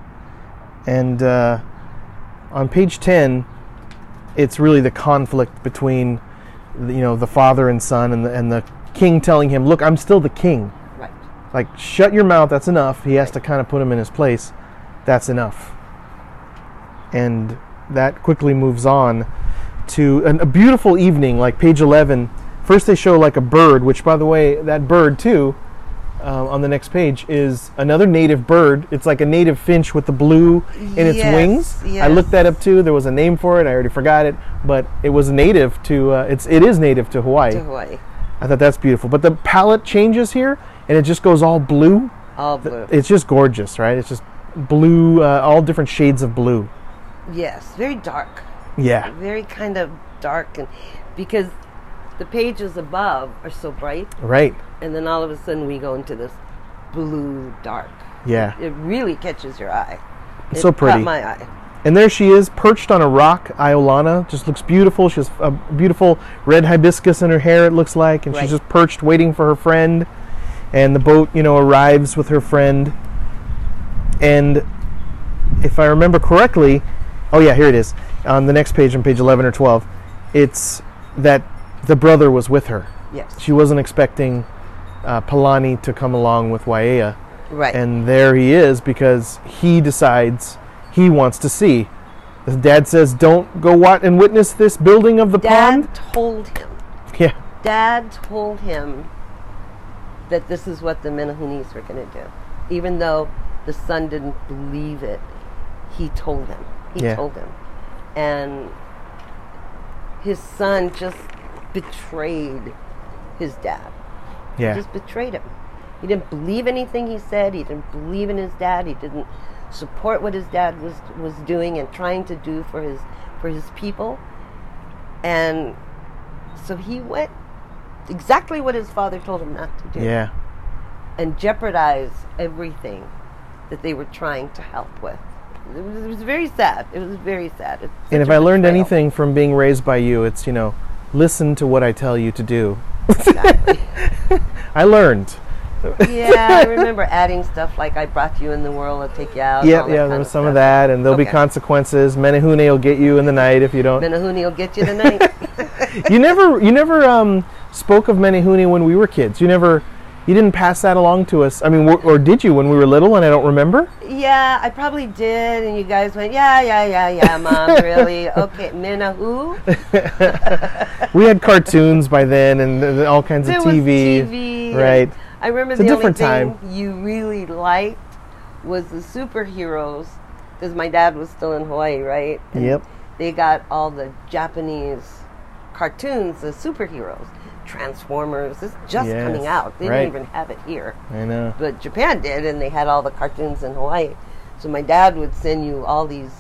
Speaker 2: And uh, on page 10, it's really the conflict between, the- you know, the father and son and the, and the king telling him, look, I'm still the king.
Speaker 3: Right.
Speaker 2: Like, shut your mouth, that's enough. He has to kind of put him in his place. That's enough. And that quickly moves on to an, a beautiful evening, like page 11. First, they show like a bird, which, by the way, that bird, too, um, on the next page, is another native bird. It's like a native finch with the blue in its
Speaker 3: Yes,
Speaker 2: wings. I
Speaker 3: yes.
Speaker 2: looked that up too. There was a name for it. I already forgot it, but it was native to. Uh, it's it is native to Hawaii.
Speaker 3: To Hawaii.
Speaker 2: I thought that's beautiful. But the palette changes here, and it just goes all blue.
Speaker 3: All blue.
Speaker 2: It's just gorgeous, right? It's just blue, uh, all different shades of blue.
Speaker 3: yes. Very dark.
Speaker 2: Yeah.
Speaker 3: Very kind of dark. and Because the pages above are so bright.
Speaker 2: Right.
Speaker 3: and then all of a sudden we go into this blue dark.
Speaker 2: Yeah.
Speaker 3: It really catches your eye.
Speaker 2: It's
Speaker 3: It
Speaker 2: so pretty.
Speaker 3: Caught my eye.
Speaker 2: And there she is, perched on a rock, Iolana. Just looks beautiful. She has a beautiful red hibiscus in her hair, it looks like. And
Speaker 3: Right.
Speaker 2: she's just perched, waiting for her friend. And the boat, you know, arrives with her friend. And if I remember correctly, oh, yeah, here it is. On the next page, on page 11 or 12, it's that the brother was with her.
Speaker 3: Yes.
Speaker 2: She wasn't expecting uh, Palani to come along with Waiea
Speaker 3: right.
Speaker 2: and there he is because he decides he wants to see. The dad says, "Don't go watch and witness this building of the
Speaker 3: Dad
Speaker 2: pond."
Speaker 3: told him.
Speaker 2: Yeah,
Speaker 3: Dad told him that this is what the Menahunis were going to do, even though the son didn't believe it. He told him. He
Speaker 2: Yeah.
Speaker 3: told him, and his son just betrayed his dad.
Speaker 2: Yeah.
Speaker 3: He just betrayed him. He didn't believe anything he said. He didn't believe in his dad. He didn't support what his dad was was doing and trying to do for his for his people. And so he went exactly what his father told him not to do.
Speaker 2: Yeah.
Speaker 3: And jeopardized everything that they were trying to help with. It was, it was very sad. It was very sad. It's
Speaker 2: And
Speaker 3: such
Speaker 2: if
Speaker 3: a
Speaker 2: I learned
Speaker 3: betrayal.
Speaker 2: anything from being raised by you, it's, you know, listen to what I tell you to do. I learned.
Speaker 3: yeah, I remember adding stuff like "I brought you in the world, I'll take you out." and
Speaker 2: Yeah,
Speaker 3: all that
Speaker 2: yeah,
Speaker 3: kind
Speaker 2: there
Speaker 3: of
Speaker 2: was some of
Speaker 3: stuff.
Speaker 2: that, and there'll be
Speaker 3: Okay.
Speaker 2: consequences. Menahune will get you in the night if you don't.
Speaker 3: Menahuni will get you tonight.
Speaker 2: you never you never um, spoke of Menehune when we were kids. You never you didn't pass that along to us. I mean, or, or did you when we were little? And I don't remember.
Speaker 3: yeah, I probably did, and you guys went, "Yeah, yeah, yeah, yeah, mom, really? Okay, Menahu."
Speaker 2: We had cartoons by then and, th- th- all kinds
Speaker 3: There
Speaker 2: of
Speaker 3: was
Speaker 2: TV.
Speaker 3: TV,
Speaker 2: right.
Speaker 3: and I remember
Speaker 2: a
Speaker 3: the
Speaker 2: different
Speaker 3: only
Speaker 2: time.
Speaker 3: thing you really liked was the superheroes, because my dad was still in Hawaii, right? And
Speaker 2: Yep.
Speaker 3: They got all the Japanese cartoons, the superheroes, Transformers. It's just
Speaker 2: Yes,
Speaker 3: coming out. They
Speaker 2: right.
Speaker 3: didn't even have it here.
Speaker 2: I know.
Speaker 3: but Japan did, and they had all the cartoons in Hawaii. So my dad would send you all these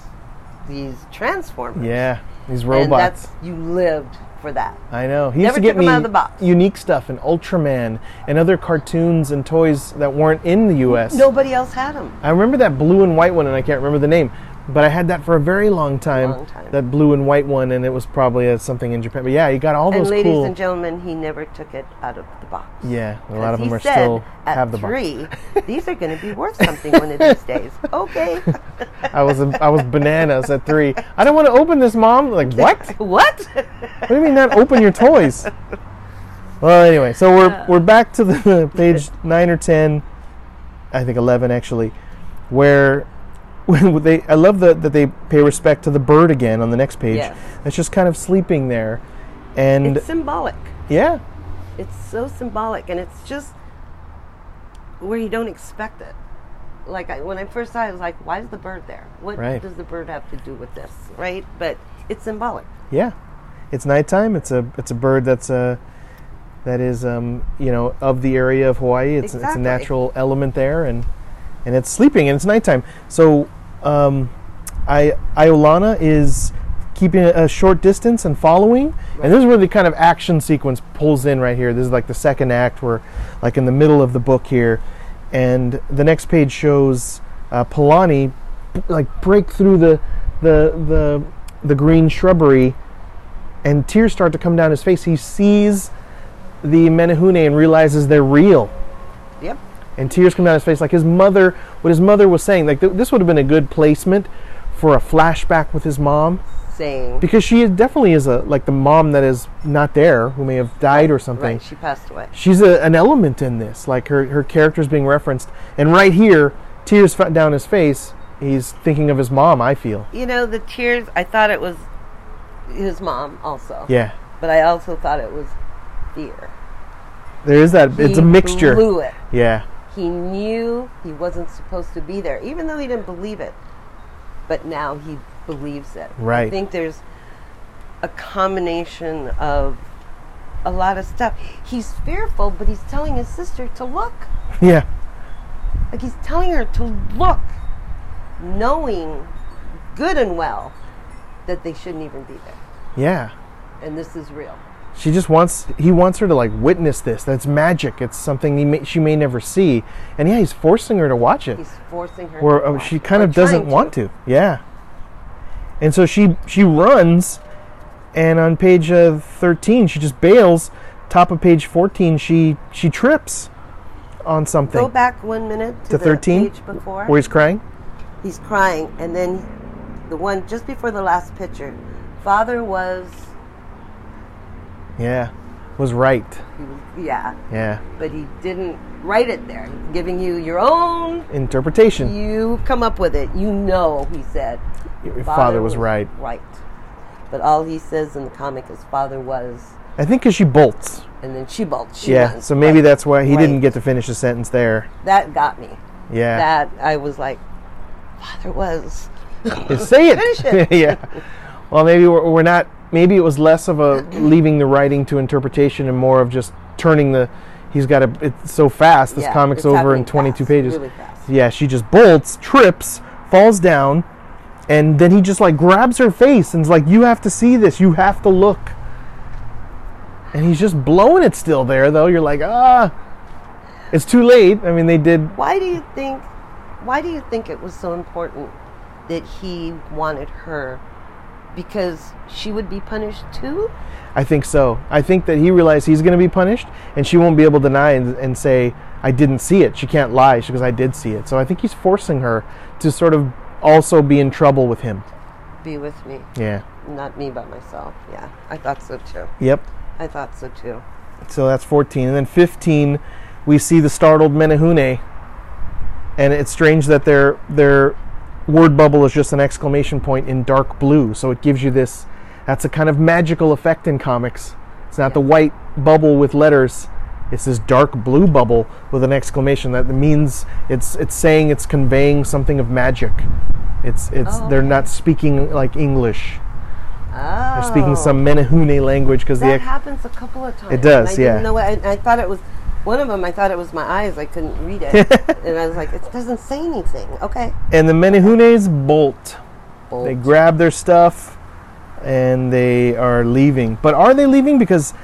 Speaker 3: these Transformers.
Speaker 2: Yeah, these
Speaker 3: and that's
Speaker 2: robots.
Speaker 3: you lived for that.
Speaker 2: I know. He used
Speaker 3: Never
Speaker 2: to get
Speaker 3: took 'em
Speaker 2: me
Speaker 3: out of the box.
Speaker 2: unique stuff and Ultraman and other cartoons and toys that weren't in the U.S.
Speaker 3: Nobody else had them.
Speaker 2: I remember that blue and white one, and I can't remember the name. But I had that for a very long time.
Speaker 3: Long time.
Speaker 2: That blue and white one, and it was probably uh, something in Japan. But yeah, you got all
Speaker 3: And
Speaker 2: those
Speaker 3: ladies
Speaker 2: cool.
Speaker 3: and gentlemen, he never took it out of the box.
Speaker 2: Yeah, a lot
Speaker 3: As
Speaker 2: of them
Speaker 3: he
Speaker 2: are
Speaker 3: said,
Speaker 2: still
Speaker 3: at
Speaker 2: have the box.
Speaker 3: three. these are going to be worth something one of these days. Okay.
Speaker 2: I was I was bananas at three. I don't want to open this, mom. Like what? What
Speaker 3: what?
Speaker 2: do you mean not open your toys? Well, anyway, so
Speaker 3: Uh.
Speaker 2: we're we're back to the page nine or ten, I think eleven actually, where when they I love the, that they pay respect to the bird again on the next page.
Speaker 3: Yes.
Speaker 2: It's just kind of sleeping there, and
Speaker 3: it's symbolic.
Speaker 2: yeah,
Speaker 3: It's so symbolic, and it's just where you don't expect it. Like I, when I first saw it, I was like, "Why is the bird there? What
Speaker 2: Right.
Speaker 3: does the bird have to do with this?" Right? But it's symbolic.
Speaker 2: Yeah, it's nighttime. It's a it's a bird that's a that is um, you know of the area of Hawaii. It's it's a
Speaker 3: Exactly.
Speaker 2: natural element there, and and it's sleeping and it's nighttime. So, um, I Iolana is keeping a short distance and following. And this is where the kind of action sequence pulls in right here. This is like the second act. We're like in the middle of the book here, and the next page shows uh, Polani b- like break through the the the the green shrubbery and tears start to come down his face. He sees the Menahune and realizes they're real.
Speaker 3: Yep.
Speaker 2: And tears come down his face, like his mother, what his mother was saying. Like, th- this would have been a good placement for a flashback with his mom
Speaker 3: Saying
Speaker 2: because she is definitely is a like the mom that is not there who may have died or something
Speaker 3: right, she passed away.
Speaker 2: she's a, an element in this. Like her her character's being referenced, and right here, tears f- down his face. He's thinking of his mom. I feel.
Speaker 3: You know, the tears. I thought it was his mom also.
Speaker 2: Yeah,
Speaker 3: But I also thought it was fear.
Speaker 2: there is that. it's a
Speaker 3: He
Speaker 2: mixture.
Speaker 3: Blew it.
Speaker 2: Yeah,
Speaker 3: He knew he wasn't supposed to be there, even though he didn't believe it. But now he believes it. I
Speaker 2: Right.
Speaker 3: think there's a combination of a lot of stuff. He's fearful, but he's telling his sister to look.
Speaker 2: yeah,
Speaker 3: Like he's telling her to look, knowing good and well that they shouldn't even be there.
Speaker 2: yeah.
Speaker 3: And this is real.
Speaker 2: She just wants. He wants her to like witness this. That's magic. It's something he may, she may never see. And yeah, he's forcing her to watch it.
Speaker 3: He's forcing her.
Speaker 2: where
Speaker 3: to
Speaker 2: uh,
Speaker 3: watch
Speaker 2: she
Speaker 3: it,
Speaker 2: kind
Speaker 3: or
Speaker 2: of doesn't
Speaker 3: trying
Speaker 2: want to. Yeah. And so she she runs, and on page uh, thirteen she just bails. Top of page fourteen she she trips on something.
Speaker 3: Go back one minute to,
Speaker 2: to
Speaker 3: the
Speaker 2: thirteen,
Speaker 3: page before.
Speaker 2: where he's crying.
Speaker 3: he's crying and then the one just before the last picture father was
Speaker 2: Yeah, was right.
Speaker 3: he was yeah
Speaker 2: Yeah,
Speaker 3: but he didn't write it there He's giving you your own
Speaker 2: interpretation.
Speaker 3: you come up with it you know he said
Speaker 2: Your father was right.
Speaker 3: right but all he says in the comic is father was
Speaker 2: I think because she bolts.
Speaker 3: and then she bolts she
Speaker 2: Yeah,
Speaker 3: runs.
Speaker 2: so maybe
Speaker 3: Right.
Speaker 2: that's why he didn't
Speaker 3: Right.
Speaker 2: get to finish the sentence there.
Speaker 3: that got me
Speaker 2: Yeah,
Speaker 3: that i was like father was
Speaker 2: Just say it.
Speaker 3: Finish
Speaker 2: yeah. Well, maybe we're, we're not. Maybe it was less of a leaving the writing to interpretation and more of just turning the he's got to. It's so fast. This
Speaker 3: Yeah,
Speaker 2: comic's
Speaker 3: it's
Speaker 2: over in
Speaker 3: happening
Speaker 2: 22
Speaker 3: fast,
Speaker 2: pages.
Speaker 3: really fast.
Speaker 2: Yeah, she just bolts, trips, falls down, and then he just like grabs her face and's like, "You have to see this. You have to look." And he's just blowing it still there though. You're like, ah, it's too late. I mean, they did.
Speaker 3: Why do you think? Why do you think it was so important that he wanted her? Because she would be punished too.
Speaker 2: I think so. I think that he realized he's going to be punished, and she won't be able to deny and, and say, I didn't see it. She can't lie. She goes, I did see it. So I think he's forcing her to sort of also be in trouble with him.
Speaker 3: Be with me,
Speaker 2: Yeah.
Speaker 3: not me by myself. Yeah, I thought so too.
Speaker 2: Yep.
Speaker 3: I thought so too.
Speaker 2: So that's 14. And then 15, we see the startled Menahune. And it's strange that their, their word bubble is just an exclamation point in dark blue. So it gives you this that's a kind of magical effect in comics. It's not the white bubble with letters. It's this dark blue bubble with an exclamation that means it's it's saying it's conveying something of magic. It's it's
Speaker 3: Oh,
Speaker 2: they're
Speaker 3: okay.
Speaker 2: not speaking like English.
Speaker 3: Oh,
Speaker 2: They're speaking some Menahune language because the
Speaker 3: That
Speaker 2: ex-
Speaker 3: happens a couple of times.
Speaker 2: does,
Speaker 3: and I
Speaker 2: yeah.
Speaker 3: Didn't know it. I, I thought it was one of them. I thought it was my eyes. I couldn't read it, and I was like, it doesn't say anything. Okay.
Speaker 2: and the Menahunes bolt. They
Speaker 3: Bolt.
Speaker 2: grab their stuff and they are leaving. But are they leaving because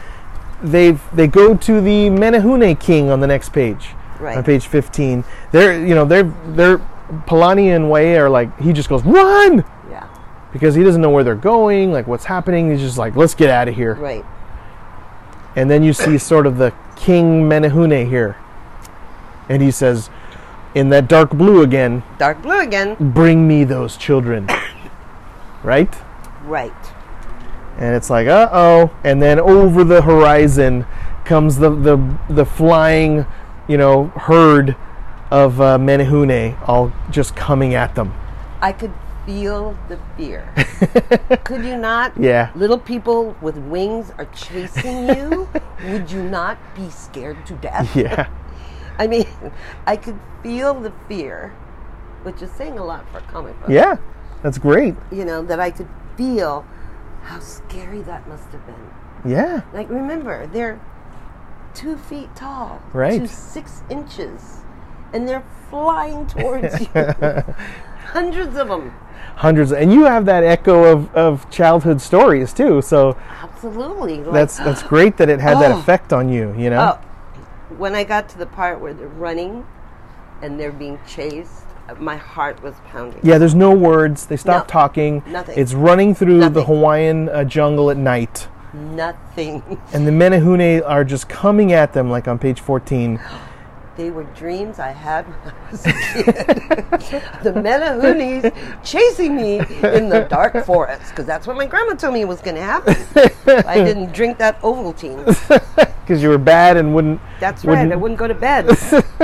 Speaker 2: they they go to the Menahune king on the next page.
Speaker 3: Right.
Speaker 2: On page 15. They're you know, they're they're Polani and Way are like he just goes, "Run!"
Speaker 3: Yeah.
Speaker 2: because he doesn't know where they're going, like what's happening. He's just like, "Let's get out of here."
Speaker 3: Right.
Speaker 2: And then you see sort of the King Menahune here. And he says in that dark blue again,
Speaker 3: Dark blue again.
Speaker 2: "Bring me those children." right?
Speaker 3: Right.
Speaker 2: and it's like uh oh and then over the horizon comes the the, the flying you know herd of uh, menahune all just coming at them
Speaker 3: I could feel the fear. could you not?
Speaker 2: Yeah.
Speaker 3: Little people with wings are chasing you. Would you not be scared to death?
Speaker 2: yeah
Speaker 3: I mean, I could feel the fear, which is saying a lot for a comic book.
Speaker 2: yeah that's great
Speaker 3: You know, that I could feel how scary that must have been.
Speaker 2: yeah
Speaker 3: Like, remember, they're two feet tall
Speaker 2: Right.
Speaker 3: to six inches, and they're flying towards you. Hundreds of them.
Speaker 2: hundreds and you have that echo of, of childhood stories too so
Speaker 3: Absolutely. Like,
Speaker 2: that's that's great that it had that
Speaker 3: Oh.
Speaker 2: effect on you you know
Speaker 3: Oh, when I got to the part where they're running and they're being chased, my heart was pounding.
Speaker 2: yeah there's no words they stop
Speaker 3: No.
Speaker 2: talking
Speaker 3: Nothing.
Speaker 2: it's running through the
Speaker 3: Nothing.
Speaker 2: hawaiian uh, jungle at night
Speaker 3: Nothing.
Speaker 2: and the menahune are just coming at them like on page 14
Speaker 3: They were dreams I had when I was a kid. the Menahunis chasing me in the dark forest, because that's what my grandma told me was going to happen. I didn't drink that Ovaltine.
Speaker 2: because you were bad and wouldn't.
Speaker 3: That's right.
Speaker 2: wouldn't-
Speaker 3: I wouldn't go to bed.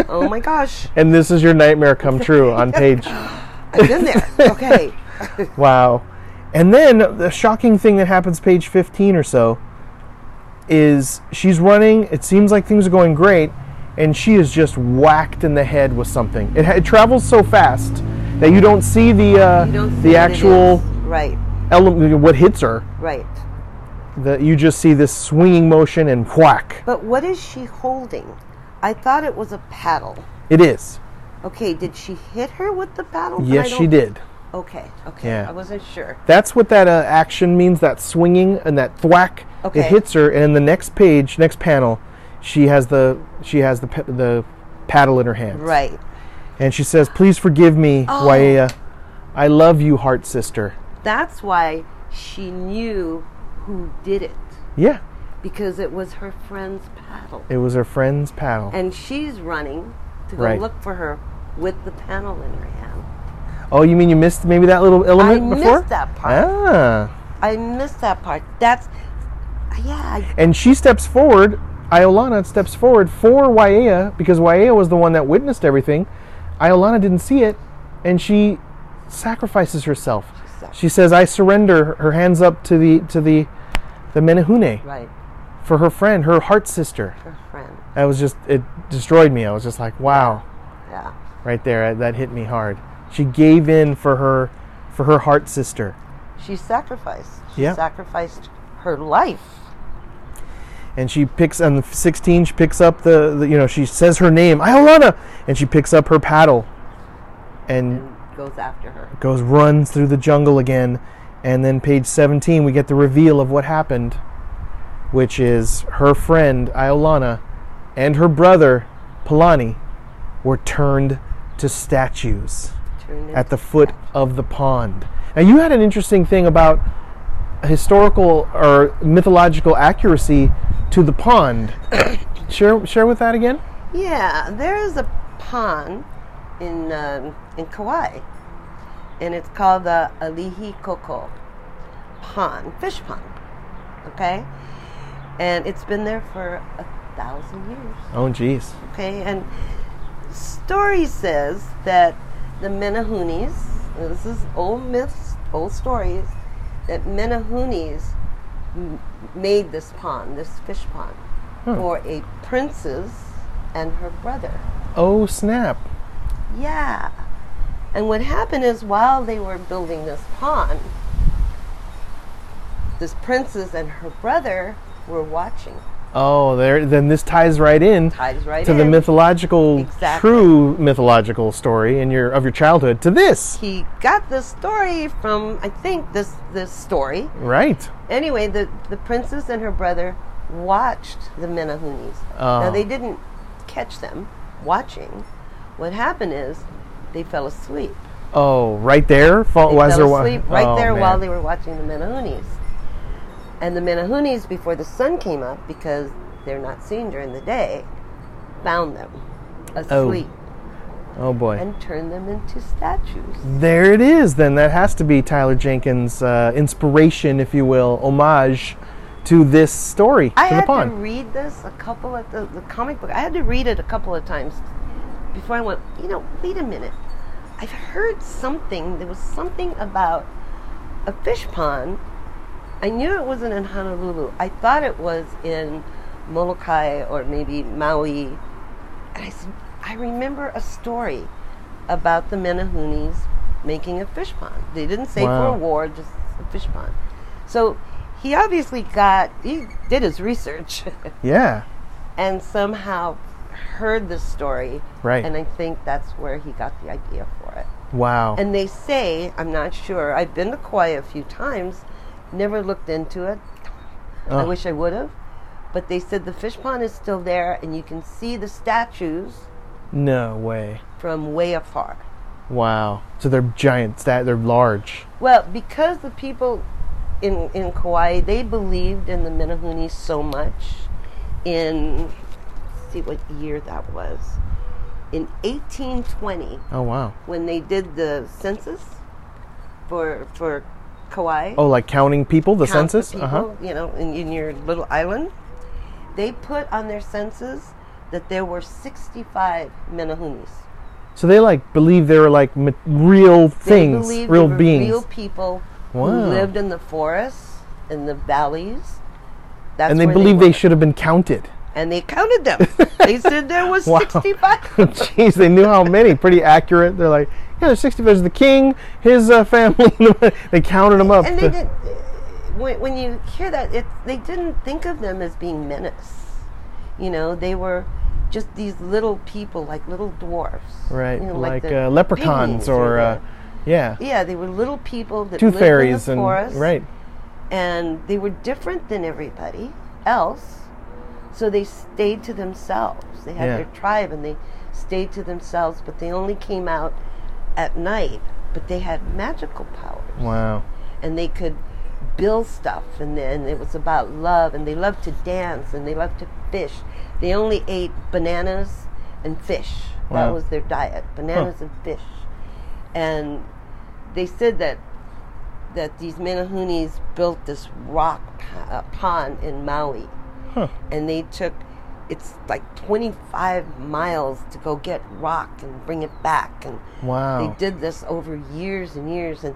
Speaker 3: oh my gosh,
Speaker 2: And this is your nightmare come true on page.
Speaker 3: I've been there. Okay,
Speaker 2: Wow. And then the shocking thing that happens page 15 or so is she's running. It seems like things are going great, and she is just whacked in the head with something. It, ha- it travels so fast that you don't see the uh,
Speaker 3: you don't see
Speaker 2: the
Speaker 3: what it
Speaker 2: actual
Speaker 3: is. right,
Speaker 2: element what hits her.
Speaker 3: right.
Speaker 2: That you just see this swinging motion and whack.
Speaker 3: But what is she holding? I thought it was a paddle.
Speaker 2: It is.
Speaker 3: Okay, did she hit her with the paddle? But I
Speaker 2: Yes, she
Speaker 3: don't-
Speaker 2: did.
Speaker 3: Okay, okay.
Speaker 2: Yeah.
Speaker 3: I wasn't sure.
Speaker 2: That's what that uh, action means. That swinging and that thwack.
Speaker 3: Okay.
Speaker 2: It hits her, and in the next page, next panel, she has the she has the pa- the paddle in her hand.
Speaker 3: Right.
Speaker 2: And she says, "Please forgive me,
Speaker 3: Oh.
Speaker 2: Waia. I love you, heart sister."
Speaker 3: That's why she knew who did it
Speaker 2: Yeah,
Speaker 3: because it was her friend's paddle.
Speaker 2: it was her friend's paddle.
Speaker 3: And she's running to go
Speaker 2: Right.
Speaker 3: look for her with the paddle in her hand.
Speaker 2: oh, you mean you missed maybe that little element
Speaker 3: I
Speaker 2: before?
Speaker 3: missed that part.
Speaker 2: Ah.
Speaker 3: I missed that part. That's yeah, I-
Speaker 2: And she steps forward. Iolana steps forward for Waia because Waia was the one that witnessed everything. Iolana didn't see it, and she sacrifices herself. She says, "I surrender." Her hands up to the to the the Menahune
Speaker 3: right.
Speaker 2: for her friend, her heart sister.
Speaker 3: Her friend.
Speaker 2: That was just it destroyed me. I was just like, "Wow!"
Speaker 3: Yeah.
Speaker 2: Right there, that hit me hard. She gave in for her for her heart sister.
Speaker 3: She sacrificed. She
Speaker 2: Yeah.
Speaker 3: sacrificed her life.
Speaker 2: and she picks on the 16 she picks up the, the you know she says her name Iolana and she picks up her paddle and
Speaker 3: and goes after her.
Speaker 2: goes runs through the jungle again and then page 17 we get the reveal of what happened which is her friend Iolana and her brother Polani were turned to statues
Speaker 3: Turned
Speaker 2: at the
Speaker 3: into-
Speaker 2: foot of the pond. Now, you had an interesting thing about historical or mythological accuracy to the pond. share share with that again.
Speaker 3: Yeah, there is a pond in um, in Kauai, and it's called the Alihi Koko Pond, fish pond. Okay, and it's been there for a thousand years.
Speaker 2: Oh, jeez.
Speaker 3: Okay, and story says that the Menahunis, and this is old myths, old stories, that Menahunis m- made this pond, this fish pond, for a princess and her brother.
Speaker 2: Oh, snap.
Speaker 3: Yeah. And what happened is while they were building this pond, this princess and her brother were watching.
Speaker 2: Oh, there. Then this ties right in
Speaker 3: Ties right
Speaker 2: to the
Speaker 3: in.
Speaker 2: mythological,
Speaker 3: Exactly.
Speaker 2: true mythological story in your of your childhood to this.
Speaker 3: He got this story from I think this this story.
Speaker 2: Right.
Speaker 3: Anyway, the, the princess and her brother watched the Menahunis.
Speaker 2: Oh.
Speaker 3: Now they didn't catch them watching. What happened is they fell asleep.
Speaker 2: Oh, right there. Fall,
Speaker 3: They
Speaker 2: was there
Speaker 3: fell
Speaker 2: wa-
Speaker 3: asleep right
Speaker 2: oh,
Speaker 3: there
Speaker 2: man.
Speaker 3: while they were watching the Menahunis. And the Menahunis, before the sun came up, because they're not seen during the day, found them asleep
Speaker 2: Oh boy.
Speaker 3: and turned them into statues.
Speaker 2: There it is, then. That has to be Tyler Jenkins' uh, inspiration, if you will, homage to this story,
Speaker 3: I
Speaker 2: to the
Speaker 3: had to
Speaker 2: pond.
Speaker 3: read this a couple of the, the comic book. I had to read it a couple of times before I went. You know, wait a minute. I've heard something. There was something about a fish pond. I knew it wasn't in Honolulu. I thought it was in Molokai or maybe Maui. And I said, I remember a story about the Menahunis making a fish pond. They didn't say for
Speaker 2: Wow.
Speaker 3: a war, just a fish pond. So he obviously got, he did his research
Speaker 2: yeah,
Speaker 3: and somehow heard the story.
Speaker 2: Right.
Speaker 3: And I think that's where he got the idea for it.
Speaker 2: wow.
Speaker 3: And they say, I'm not sure, I've been to Kauai a few times, never looked into it. I
Speaker 2: Oh.
Speaker 3: wish I would have. But they said the fish pond is still there and you can see the statues
Speaker 2: no way.
Speaker 3: from way afar.
Speaker 2: Wow. So they're giant, stat- they're large.
Speaker 3: Well, because the people in, in Kauai, they believed in the Menahuni so much. In, let's see what year that was. In 1820,
Speaker 2: Oh, wow.
Speaker 3: when they did the census for, for Kauai.
Speaker 2: Oh, like counting people, the
Speaker 3: count
Speaker 2: census? Uh-huh.
Speaker 3: the people, you know, in, in your little island. They put on their census that there were 65 Menahunis.
Speaker 2: So they like believe they were like ma- real
Speaker 3: they
Speaker 2: things,
Speaker 3: believed
Speaker 2: real
Speaker 3: there were
Speaker 2: beings.
Speaker 3: real people
Speaker 2: Wow.
Speaker 3: who lived in the forests, in the valleys. That's
Speaker 2: and they
Speaker 3: where
Speaker 2: believe they,
Speaker 3: were.
Speaker 2: should have been counted.
Speaker 3: And they counted them. they said there was
Speaker 2: Wow.
Speaker 3: 65.
Speaker 2: Jeez, they knew how many. Pretty accurate. They're like, yeah, there's 60 there's the king, his uh, family. they counted them up.
Speaker 3: And
Speaker 2: The-
Speaker 3: they didn't. When, when you hear that, it, they didn't think of them as being menace. You know, they were just these little people, like little dwarfs,
Speaker 2: right
Speaker 3: you know,
Speaker 2: like,
Speaker 3: the
Speaker 2: uh, leprechauns
Speaker 3: pygmies
Speaker 2: or uh,
Speaker 3: the-
Speaker 2: yeah
Speaker 3: yeah, they were little people that
Speaker 2: tooth
Speaker 3: lived in the
Speaker 2: fairies and
Speaker 3: forest,
Speaker 2: right
Speaker 3: And they were different than everybody else, so they stayed to themselves. They had
Speaker 2: Yeah.
Speaker 3: their tribe, and they stayed to themselves. But they only came out at night. But they had magical powers
Speaker 2: wow
Speaker 3: and they could build stuff and then it was about love and they loved to dance and they loved to fish they only ate bananas and fish
Speaker 2: Wow.
Speaker 3: that was their diet bananas and fish and they said that that these menahunis built this rock p- uh, pond in maui
Speaker 2: Huh.
Speaker 3: and they took it's like 25 miles to go get rock and bring it back and
Speaker 2: wow
Speaker 3: they did this over years and years, and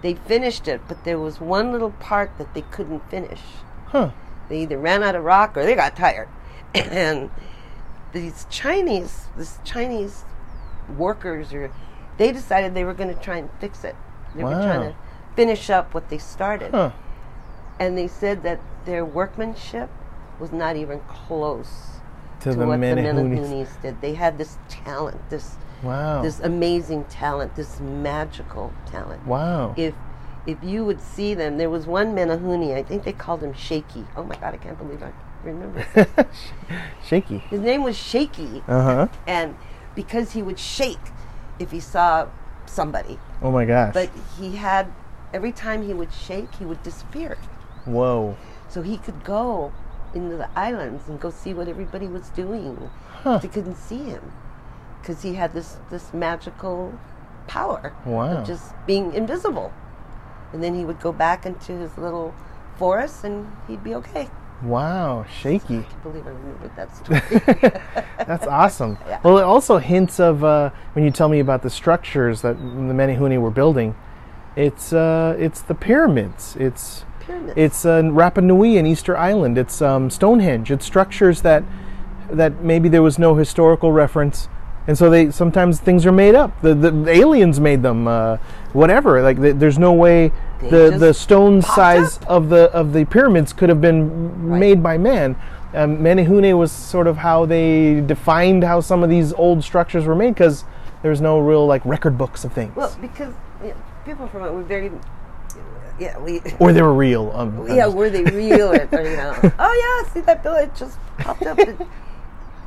Speaker 3: they finished it, but there was one little part that they couldn't finish.
Speaker 2: huh
Speaker 3: They either ran out of rock or they got tired. And these Chinese, this Chinese workers, or they decided they were going to try and fix it. They were
Speaker 2: Wow.
Speaker 3: trying to finish up what they started,
Speaker 2: huh
Speaker 3: and they said that their workmanship was not even close
Speaker 2: To the
Speaker 3: what the
Speaker 2: Mannahoonies.
Speaker 3: Menahunis did. They had this talent, this
Speaker 2: Wow.
Speaker 3: this amazing talent, this magical talent.
Speaker 2: wow.
Speaker 3: If if you would see them, there was one Menahuni. I think they called him Shaky. Oh my God, I can't believe I remember.
Speaker 2: Shaky.
Speaker 3: His name was Shaky,
Speaker 2: Uh huh.
Speaker 3: and because he would shake if he saw somebody,
Speaker 2: Oh my gosh.
Speaker 3: but he had every time he would shake, he would disappear.
Speaker 2: Whoa.
Speaker 3: So he could go into the islands and go see what everybody was doing. They couldn't see him because he had this, this magical power
Speaker 2: Wow.
Speaker 3: of just being invisible. And then he would go back into his little forest and he'd be okay.
Speaker 2: Wow. Shaky.
Speaker 3: I believe I remembered that story.
Speaker 2: That's awesome. Well, it also hints of uh, when you tell me about the structures that the Menahuni were building. It's uh, it's the pyramids. It's
Speaker 3: Pyramids.
Speaker 2: it's uh, Rapa Nui and Easter Island. It's um, Stonehenge. It's structures that that maybe there was no historical reference, and so they sometimes things are made up. The, the aliens made them. Uh, whatever. Like th there's no way
Speaker 3: They
Speaker 2: the
Speaker 3: just
Speaker 2: the stone
Speaker 3: popped
Speaker 2: size
Speaker 3: up.
Speaker 2: of the of the pyramids could have been
Speaker 3: Right.
Speaker 2: made by man. Um, Manihune was sort of how they defined how some of these old structures were made because there's no real like record books of things,
Speaker 3: well, because you know, people from it were very, yeah, we.
Speaker 2: or they were real. Um,
Speaker 3: yeah, were they real? Or, or, you know, oh yeah, see that building just popped up. It-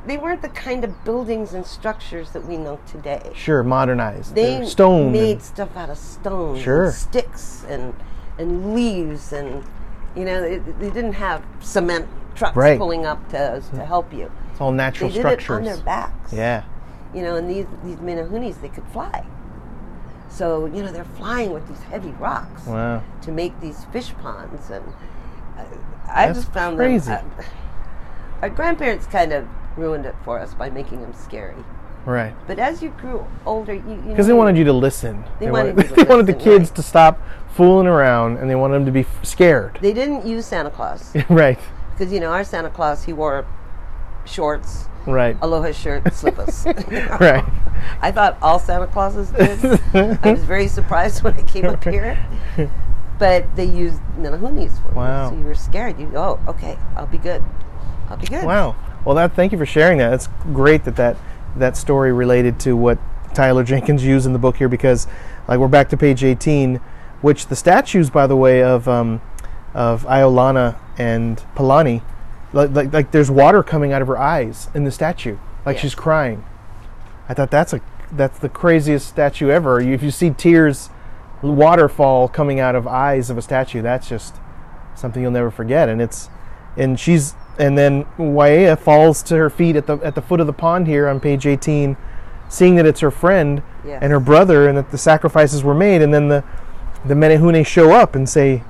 Speaker 3: they weren't the kind of buildings and structures that we know today.
Speaker 2: sure, modernized.
Speaker 3: They
Speaker 2: They're stone.
Speaker 3: made
Speaker 2: and-
Speaker 3: stuff out of stone,
Speaker 2: Sure.
Speaker 3: and sticks, and and leaves, and you know, it, they didn't have cement trucks
Speaker 2: Right.
Speaker 3: pulling up to to help you.
Speaker 2: it's all natural
Speaker 3: They did it on
Speaker 2: structures.
Speaker 3: their backs.
Speaker 2: yeah.
Speaker 3: You know, and these these Minahunis, they could fly. So you know, they're flying with these heavy rocks
Speaker 2: Wow.
Speaker 3: to make these fish ponds, and uh, I
Speaker 2: That's
Speaker 3: just found
Speaker 2: crazy.
Speaker 3: Them, uh, our grandparents kind of ruined it for us by making them scary.
Speaker 2: Right.
Speaker 3: But as you grew older, you
Speaker 2: Because they wanted you to listen.
Speaker 3: They wanted you to
Speaker 2: they wanted the
Speaker 3: listen,
Speaker 2: kids
Speaker 3: right.
Speaker 2: to stop fooling around, and they wanted them to be f- scared.
Speaker 3: They didn't use Santa Claus
Speaker 2: right.
Speaker 3: because you know our Santa Claus he wore shorts,
Speaker 2: Right.
Speaker 3: aloha shirt, slippers.
Speaker 2: Right.
Speaker 3: I thought all Santa Clauses did. I was very surprised when I came up here. But they used Minahunis for you,
Speaker 2: Wow.
Speaker 3: so you were scared. You oh okay, I'll be good. I'll be good.
Speaker 2: Wow. Well, that. Thank you for sharing that. It's great that that that story related to what Tyler Jenkins used in the book here, because like we're back to page 18, which the statues, by the way, of um, of Iolana and Palani, like, like like there's water coming out of her eyes in the statue, like
Speaker 3: Yeah.
Speaker 2: she's crying. I thought that's a that's the craziest statue ever. You, if you see tears, waterfall coming out of eyes of a statue, that's just something you'll never forget. And it's and she's and then Waea falls to her feet at the at the foot of the pond here on page 18, seeing that it's her friend
Speaker 3: Yes.
Speaker 2: and her brother, and that the sacrifices were made. And then the the Menehune show up and say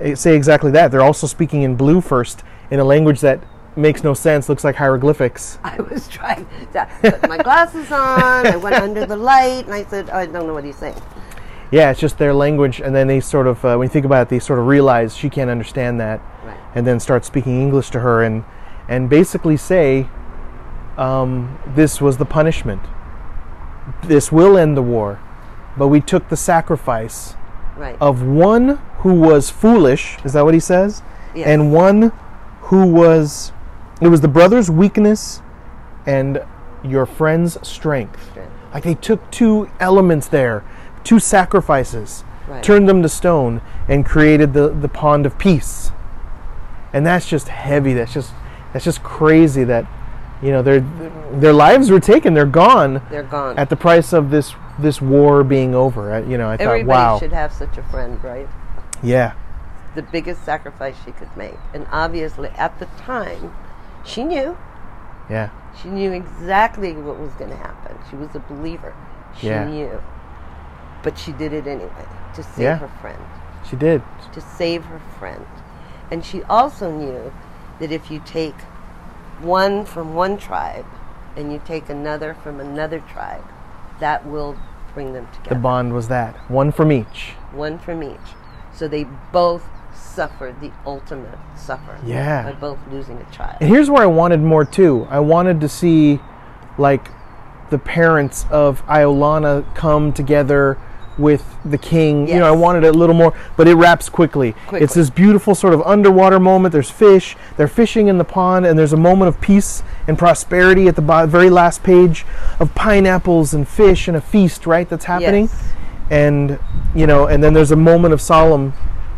Speaker 2: eh, say exactly that. They're also speaking in blue first in a language that makes no sense, looks like hieroglyphics.
Speaker 3: I was trying to put my glasses on. I went under the light and I said, "Oh, I don't know what he's saying.
Speaker 2: Yeah, it's just their language, and then they sort of, uh, when you think about it, they sort of realize she can't understand that,
Speaker 3: Right.
Speaker 2: and then start speaking English to her, and and basically say, um, "This was the punishment. This will end the war, but we took the sacrifice
Speaker 3: Right.
Speaker 2: of one who was foolish. Is that what he says?
Speaker 3: Yes.
Speaker 2: And one who was, it was the brother's weakness, and your friend's strength.
Speaker 3: Strength.
Speaker 2: Like they took two elements there, two sacrifices,
Speaker 3: Right.
Speaker 2: turned them to stone, and created the, the pond of peace. And that's just heavy. That's just that's just crazy. That you know their their lives were taken. They're gone.
Speaker 3: They're gone.
Speaker 2: at the price of this this war being over. I, you know, I
Speaker 3: Everybody
Speaker 2: thought, wow,
Speaker 3: should have such a friend, right?
Speaker 2: yeah,
Speaker 3: The biggest sacrifice she could make. And obviously, at the time, she knew.
Speaker 2: yeah,
Speaker 3: She knew exactly what was going to happen. She was a believer. She
Speaker 2: Yeah.
Speaker 3: knew. But she did it anyway to save
Speaker 2: Yeah.
Speaker 3: her friend.
Speaker 2: she did.
Speaker 3: to save her friend. And she also knew that if you take one from one tribe and you take another from another tribe, that will bring them
Speaker 2: The
Speaker 3: together.
Speaker 2: bond was that one from each.
Speaker 3: one from each. So they both suffered the ultimate suffering
Speaker 2: Yeah.
Speaker 3: by both losing a
Speaker 2: And
Speaker 3: child.
Speaker 2: here's where I wanted more too. I wanted to see, like, the parents of Iolana come together with the king. You know, I
Speaker 3: Yes.
Speaker 2: wanted a little more, but it wraps quickly. It's
Speaker 3: Quickly.
Speaker 2: this beautiful sort of underwater moment. There's fish. They're fishing in the pond, and there's a moment of peace and prosperity at the bo- very last page of pineapples and fish and a feast, right? That's happening
Speaker 3: Yes.
Speaker 2: and you know and then there's a moment of solemn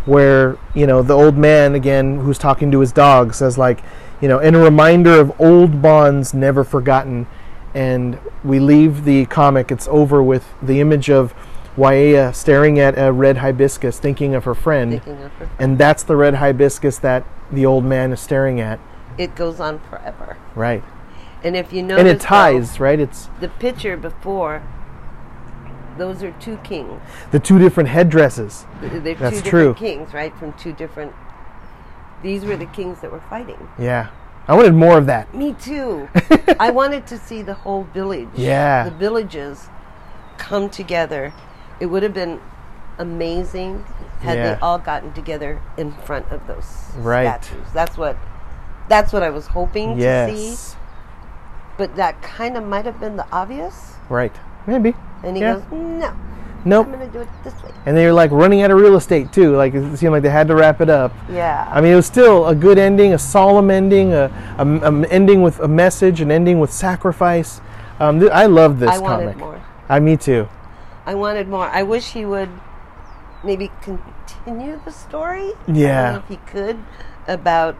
Speaker 2: where you know the old man again who's talking to his dog says like you know and a reminder of old bonds never forgotten and we leave the comic it's over with the image of Waea staring at a red hibiscus thinking of her friend
Speaker 3: Thinking of her.
Speaker 2: and that's the red hibiscus that the old man is staring at
Speaker 3: It goes on forever.
Speaker 2: right
Speaker 3: And if you notice,
Speaker 2: and it
Speaker 3: though,
Speaker 2: ties right it's
Speaker 3: the picture before. Those are two kings.
Speaker 2: the two different headdresses
Speaker 3: Th- They're
Speaker 2: That's
Speaker 3: two different
Speaker 2: true.
Speaker 3: kings, right? From two different. These were the kings that were fighting.
Speaker 2: yeah i wanted more of that
Speaker 3: Me too. I wanted to see the whole village.
Speaker 2: Yeah.
Speaker 3: The villages come together. It would have been amazing had
Speaker 2: Yeah.
Speaker 3: they all gotten together in front of those
Speaker 2: Right.
Speaker 3: statues. That's what that's what I was hoping to see.
Speaker 2: yes
Speaker 3: But that kind of might have been the obvious.
Speaker 2: right maybe
Speaker 3: And he
Speaker 2: Yeah.
Speaker 3: goes, No,
Speaker 2: nope
Speaker 3: I'm gonna do it this way.
Speaker 2: and they were like running out of real estate too. Like it seemed like they had to wrap it up.
Speaker 3: Yeah.
Speaker 2: I mean, it was still a good ending, a solemn ending, a, a, a ending with a message, an ending with sacrifice. Um, th- I love this
Speaker 3: I wanted
Speaker 2: comic.
Speaker 3: more.
Speaker 2: I me too.
Speaker 3: I wanted more. I wish he would maybe continue the story. I don't
Speaker 2: Yeah.
Speaker 3: know if he could about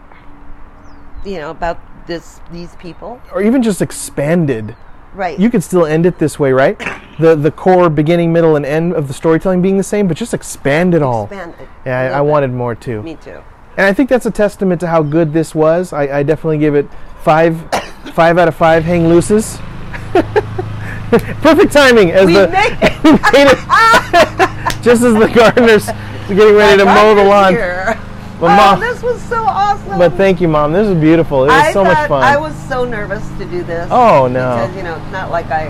Speaker 3: you know about this these people.
Speaker 2: Or even just expanded.
Speaker 3: Right.
Speaker 2: You could still end it this way, right? The the core beginning, middle, and end of the storytelling being the same, but just expand it all.
Speaker 3: expand it.
Speaker 2: Yeah, I, I
Speaker 3: Love it.
Speaker 2: wanted more too.
Speaker 3: Me too.
Speaker 2: and I think that's a testament to how good this was. I, I definitely give it five, five out of five hang looses. Perfect timing as
Speaker 3: We
Speaker 2: the
Speaker 3: make it
Speaker 2: made it- just as the gardeners were getting ready to mow the lawn.
Speaker 3: here.
Speaker 2: But
Speaker 3: Oh,
Speaker 2: mom,
Speaker 3: this was so awesome.
Speaker 2: but thank you, mom. This is beautiful. It was
Speaker 3: I
Speaker 2: so
Speaker 3: thought
Speaker 2: much fun.
Speaker 3: I was so nervous to do this.
Speaker 2: Oh, no.
Speaker 3: Because you know it's not like I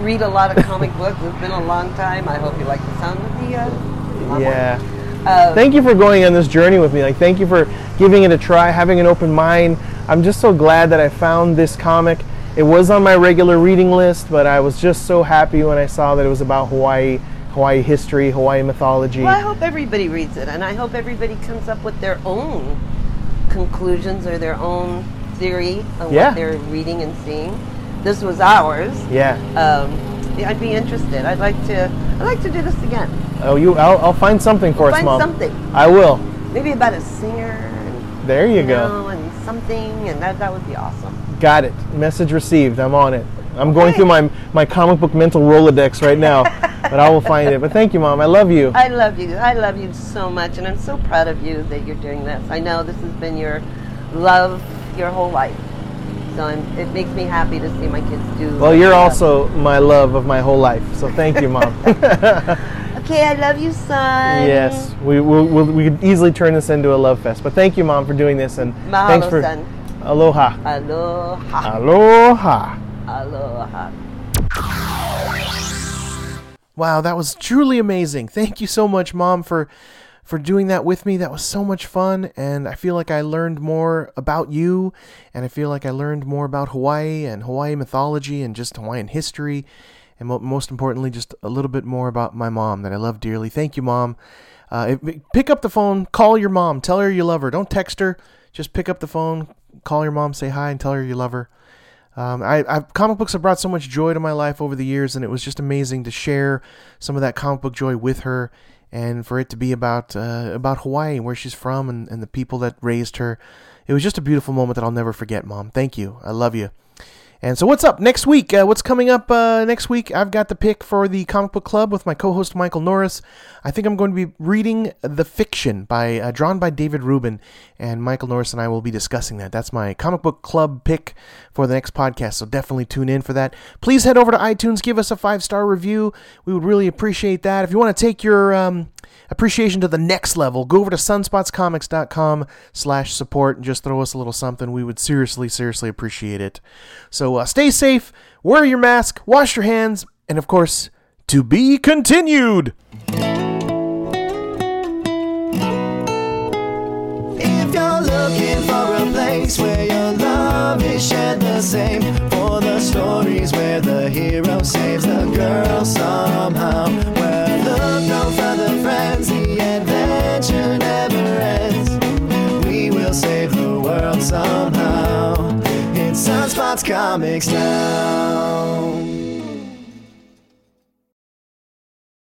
Speaker 3: read a lot of comic books. It's been a long time. I hope you like the sound of the. Uh,
Speaker 2: yeah.
Speaker 3: Uh,
Speaker 2: Thank you for going on this journey with me. Like, thank you for giving it a try, having an open mind. I'm just so glad that I found this comic. It was on my regular reading list, but I was just so happy when I saw that it was about Hawaii, Hawaii history, Hawaii mythology.
Speaker 3: Well, I hope everybody reads it, and I hope everybody comes up with their own conclusions or their own theory on
Speaker 2: Yeah.
Speaker 3: what they're reading and seeing. This was ours.
Speaker 2: Yeah.
Speaker 3: Um, yeah, I'd be interested. I'd like to. I'd like to do this again.
Speaker 2: Oh, you. I'll, I'll find something for us,
Speaker 3: Find
Speaker 2: mom.
Speaker 3: something,
Speaker 2: I will.
Speaker 3: maybe about a singer. And,
Speaker 2: There you go.
Speaker 3: know, and something, and that that would be awesome.
Speaker 2: Got it. Message received. I'm on it. I'm going
Speaker 3: Okay.
Speaker 2: through my my comic book mental Rolodex right now, but I will find it. But thank you, Mom. I love you.
Speaker 3: I love you. I love you so much, and I'm so proud of you that you're doing this. I know this has been your love your whole life. So I'm, it makes me happy to see my kids do.
Speaker 2: Well,
Speaker 3: what they
Speaker 2: you're
Speaker 3: love.
Speaker 2: also my love of my whole life. So thank you, Mom.
Speaker 3: Okay, I love you, son.
Speaker 2: yes, we we, we we could easily turn this into a love fest. But thank you, Mom, for doing this and
Speaker 3: Mahalo,
Speaker 2: thanks for
Speaker 3: son.
Speaker 2: aloha,
Speaker 3: Aloha.
Speaker 2: aloha.
Speaker 3: Aloha.
Speaker 4: Wow, that was truly amazing. Thank you so much, Mom, for for doing that with me. That was so much fun, and I feel like I learned more about you, and I feel like I learned more about Hawaii and Hawaii mythology and just Hawaiian history, and mo- most importantly, just a little bit more about my mom that I love dearly. Thank you, Mom. Uh, if- pick up the phone, call your mom, tell her you love her. Don't text her. Just pick up the phone, call your mom, say hi, and tell her you love her. Um, I, I comic books have brought so much joy to my life over the years, and it was just amazing to share some of that comic book joy with her, and for it to be about uh, about Hawaii, where she's from, and, and the people that raised her. It was just a beautiful moment that I'll never forget, Mom. Thank you. I love you. And so, what's up next week? Uh, what's coming up uh, next week? I've got the pick for the comic book club with my co host Michael Norris. I think I'm going to be reading The Fiction, by uh, drawn by David Rubin, and Michael Norris and I will be discussing that. That's my comic book club pick for the next podcast, so definitely tune in for that. Please head over to iTunes, give us a five star review. We would really appreciate that. If you want to take your. Um, appreciation to the next level go over to sunspotscomics.com slash support and just throw us a little something we would seriously seriously appreciate it so uh, stay safe wear your mask wash your hands and of course to be continued
Speaker 1: If you're looking for a place where your love is shared the same, for the stories where the hero saves the girl somehow, where the Look no further, friends. The adventure never ends. We will save the world somehow. It's Sunspots Comics now.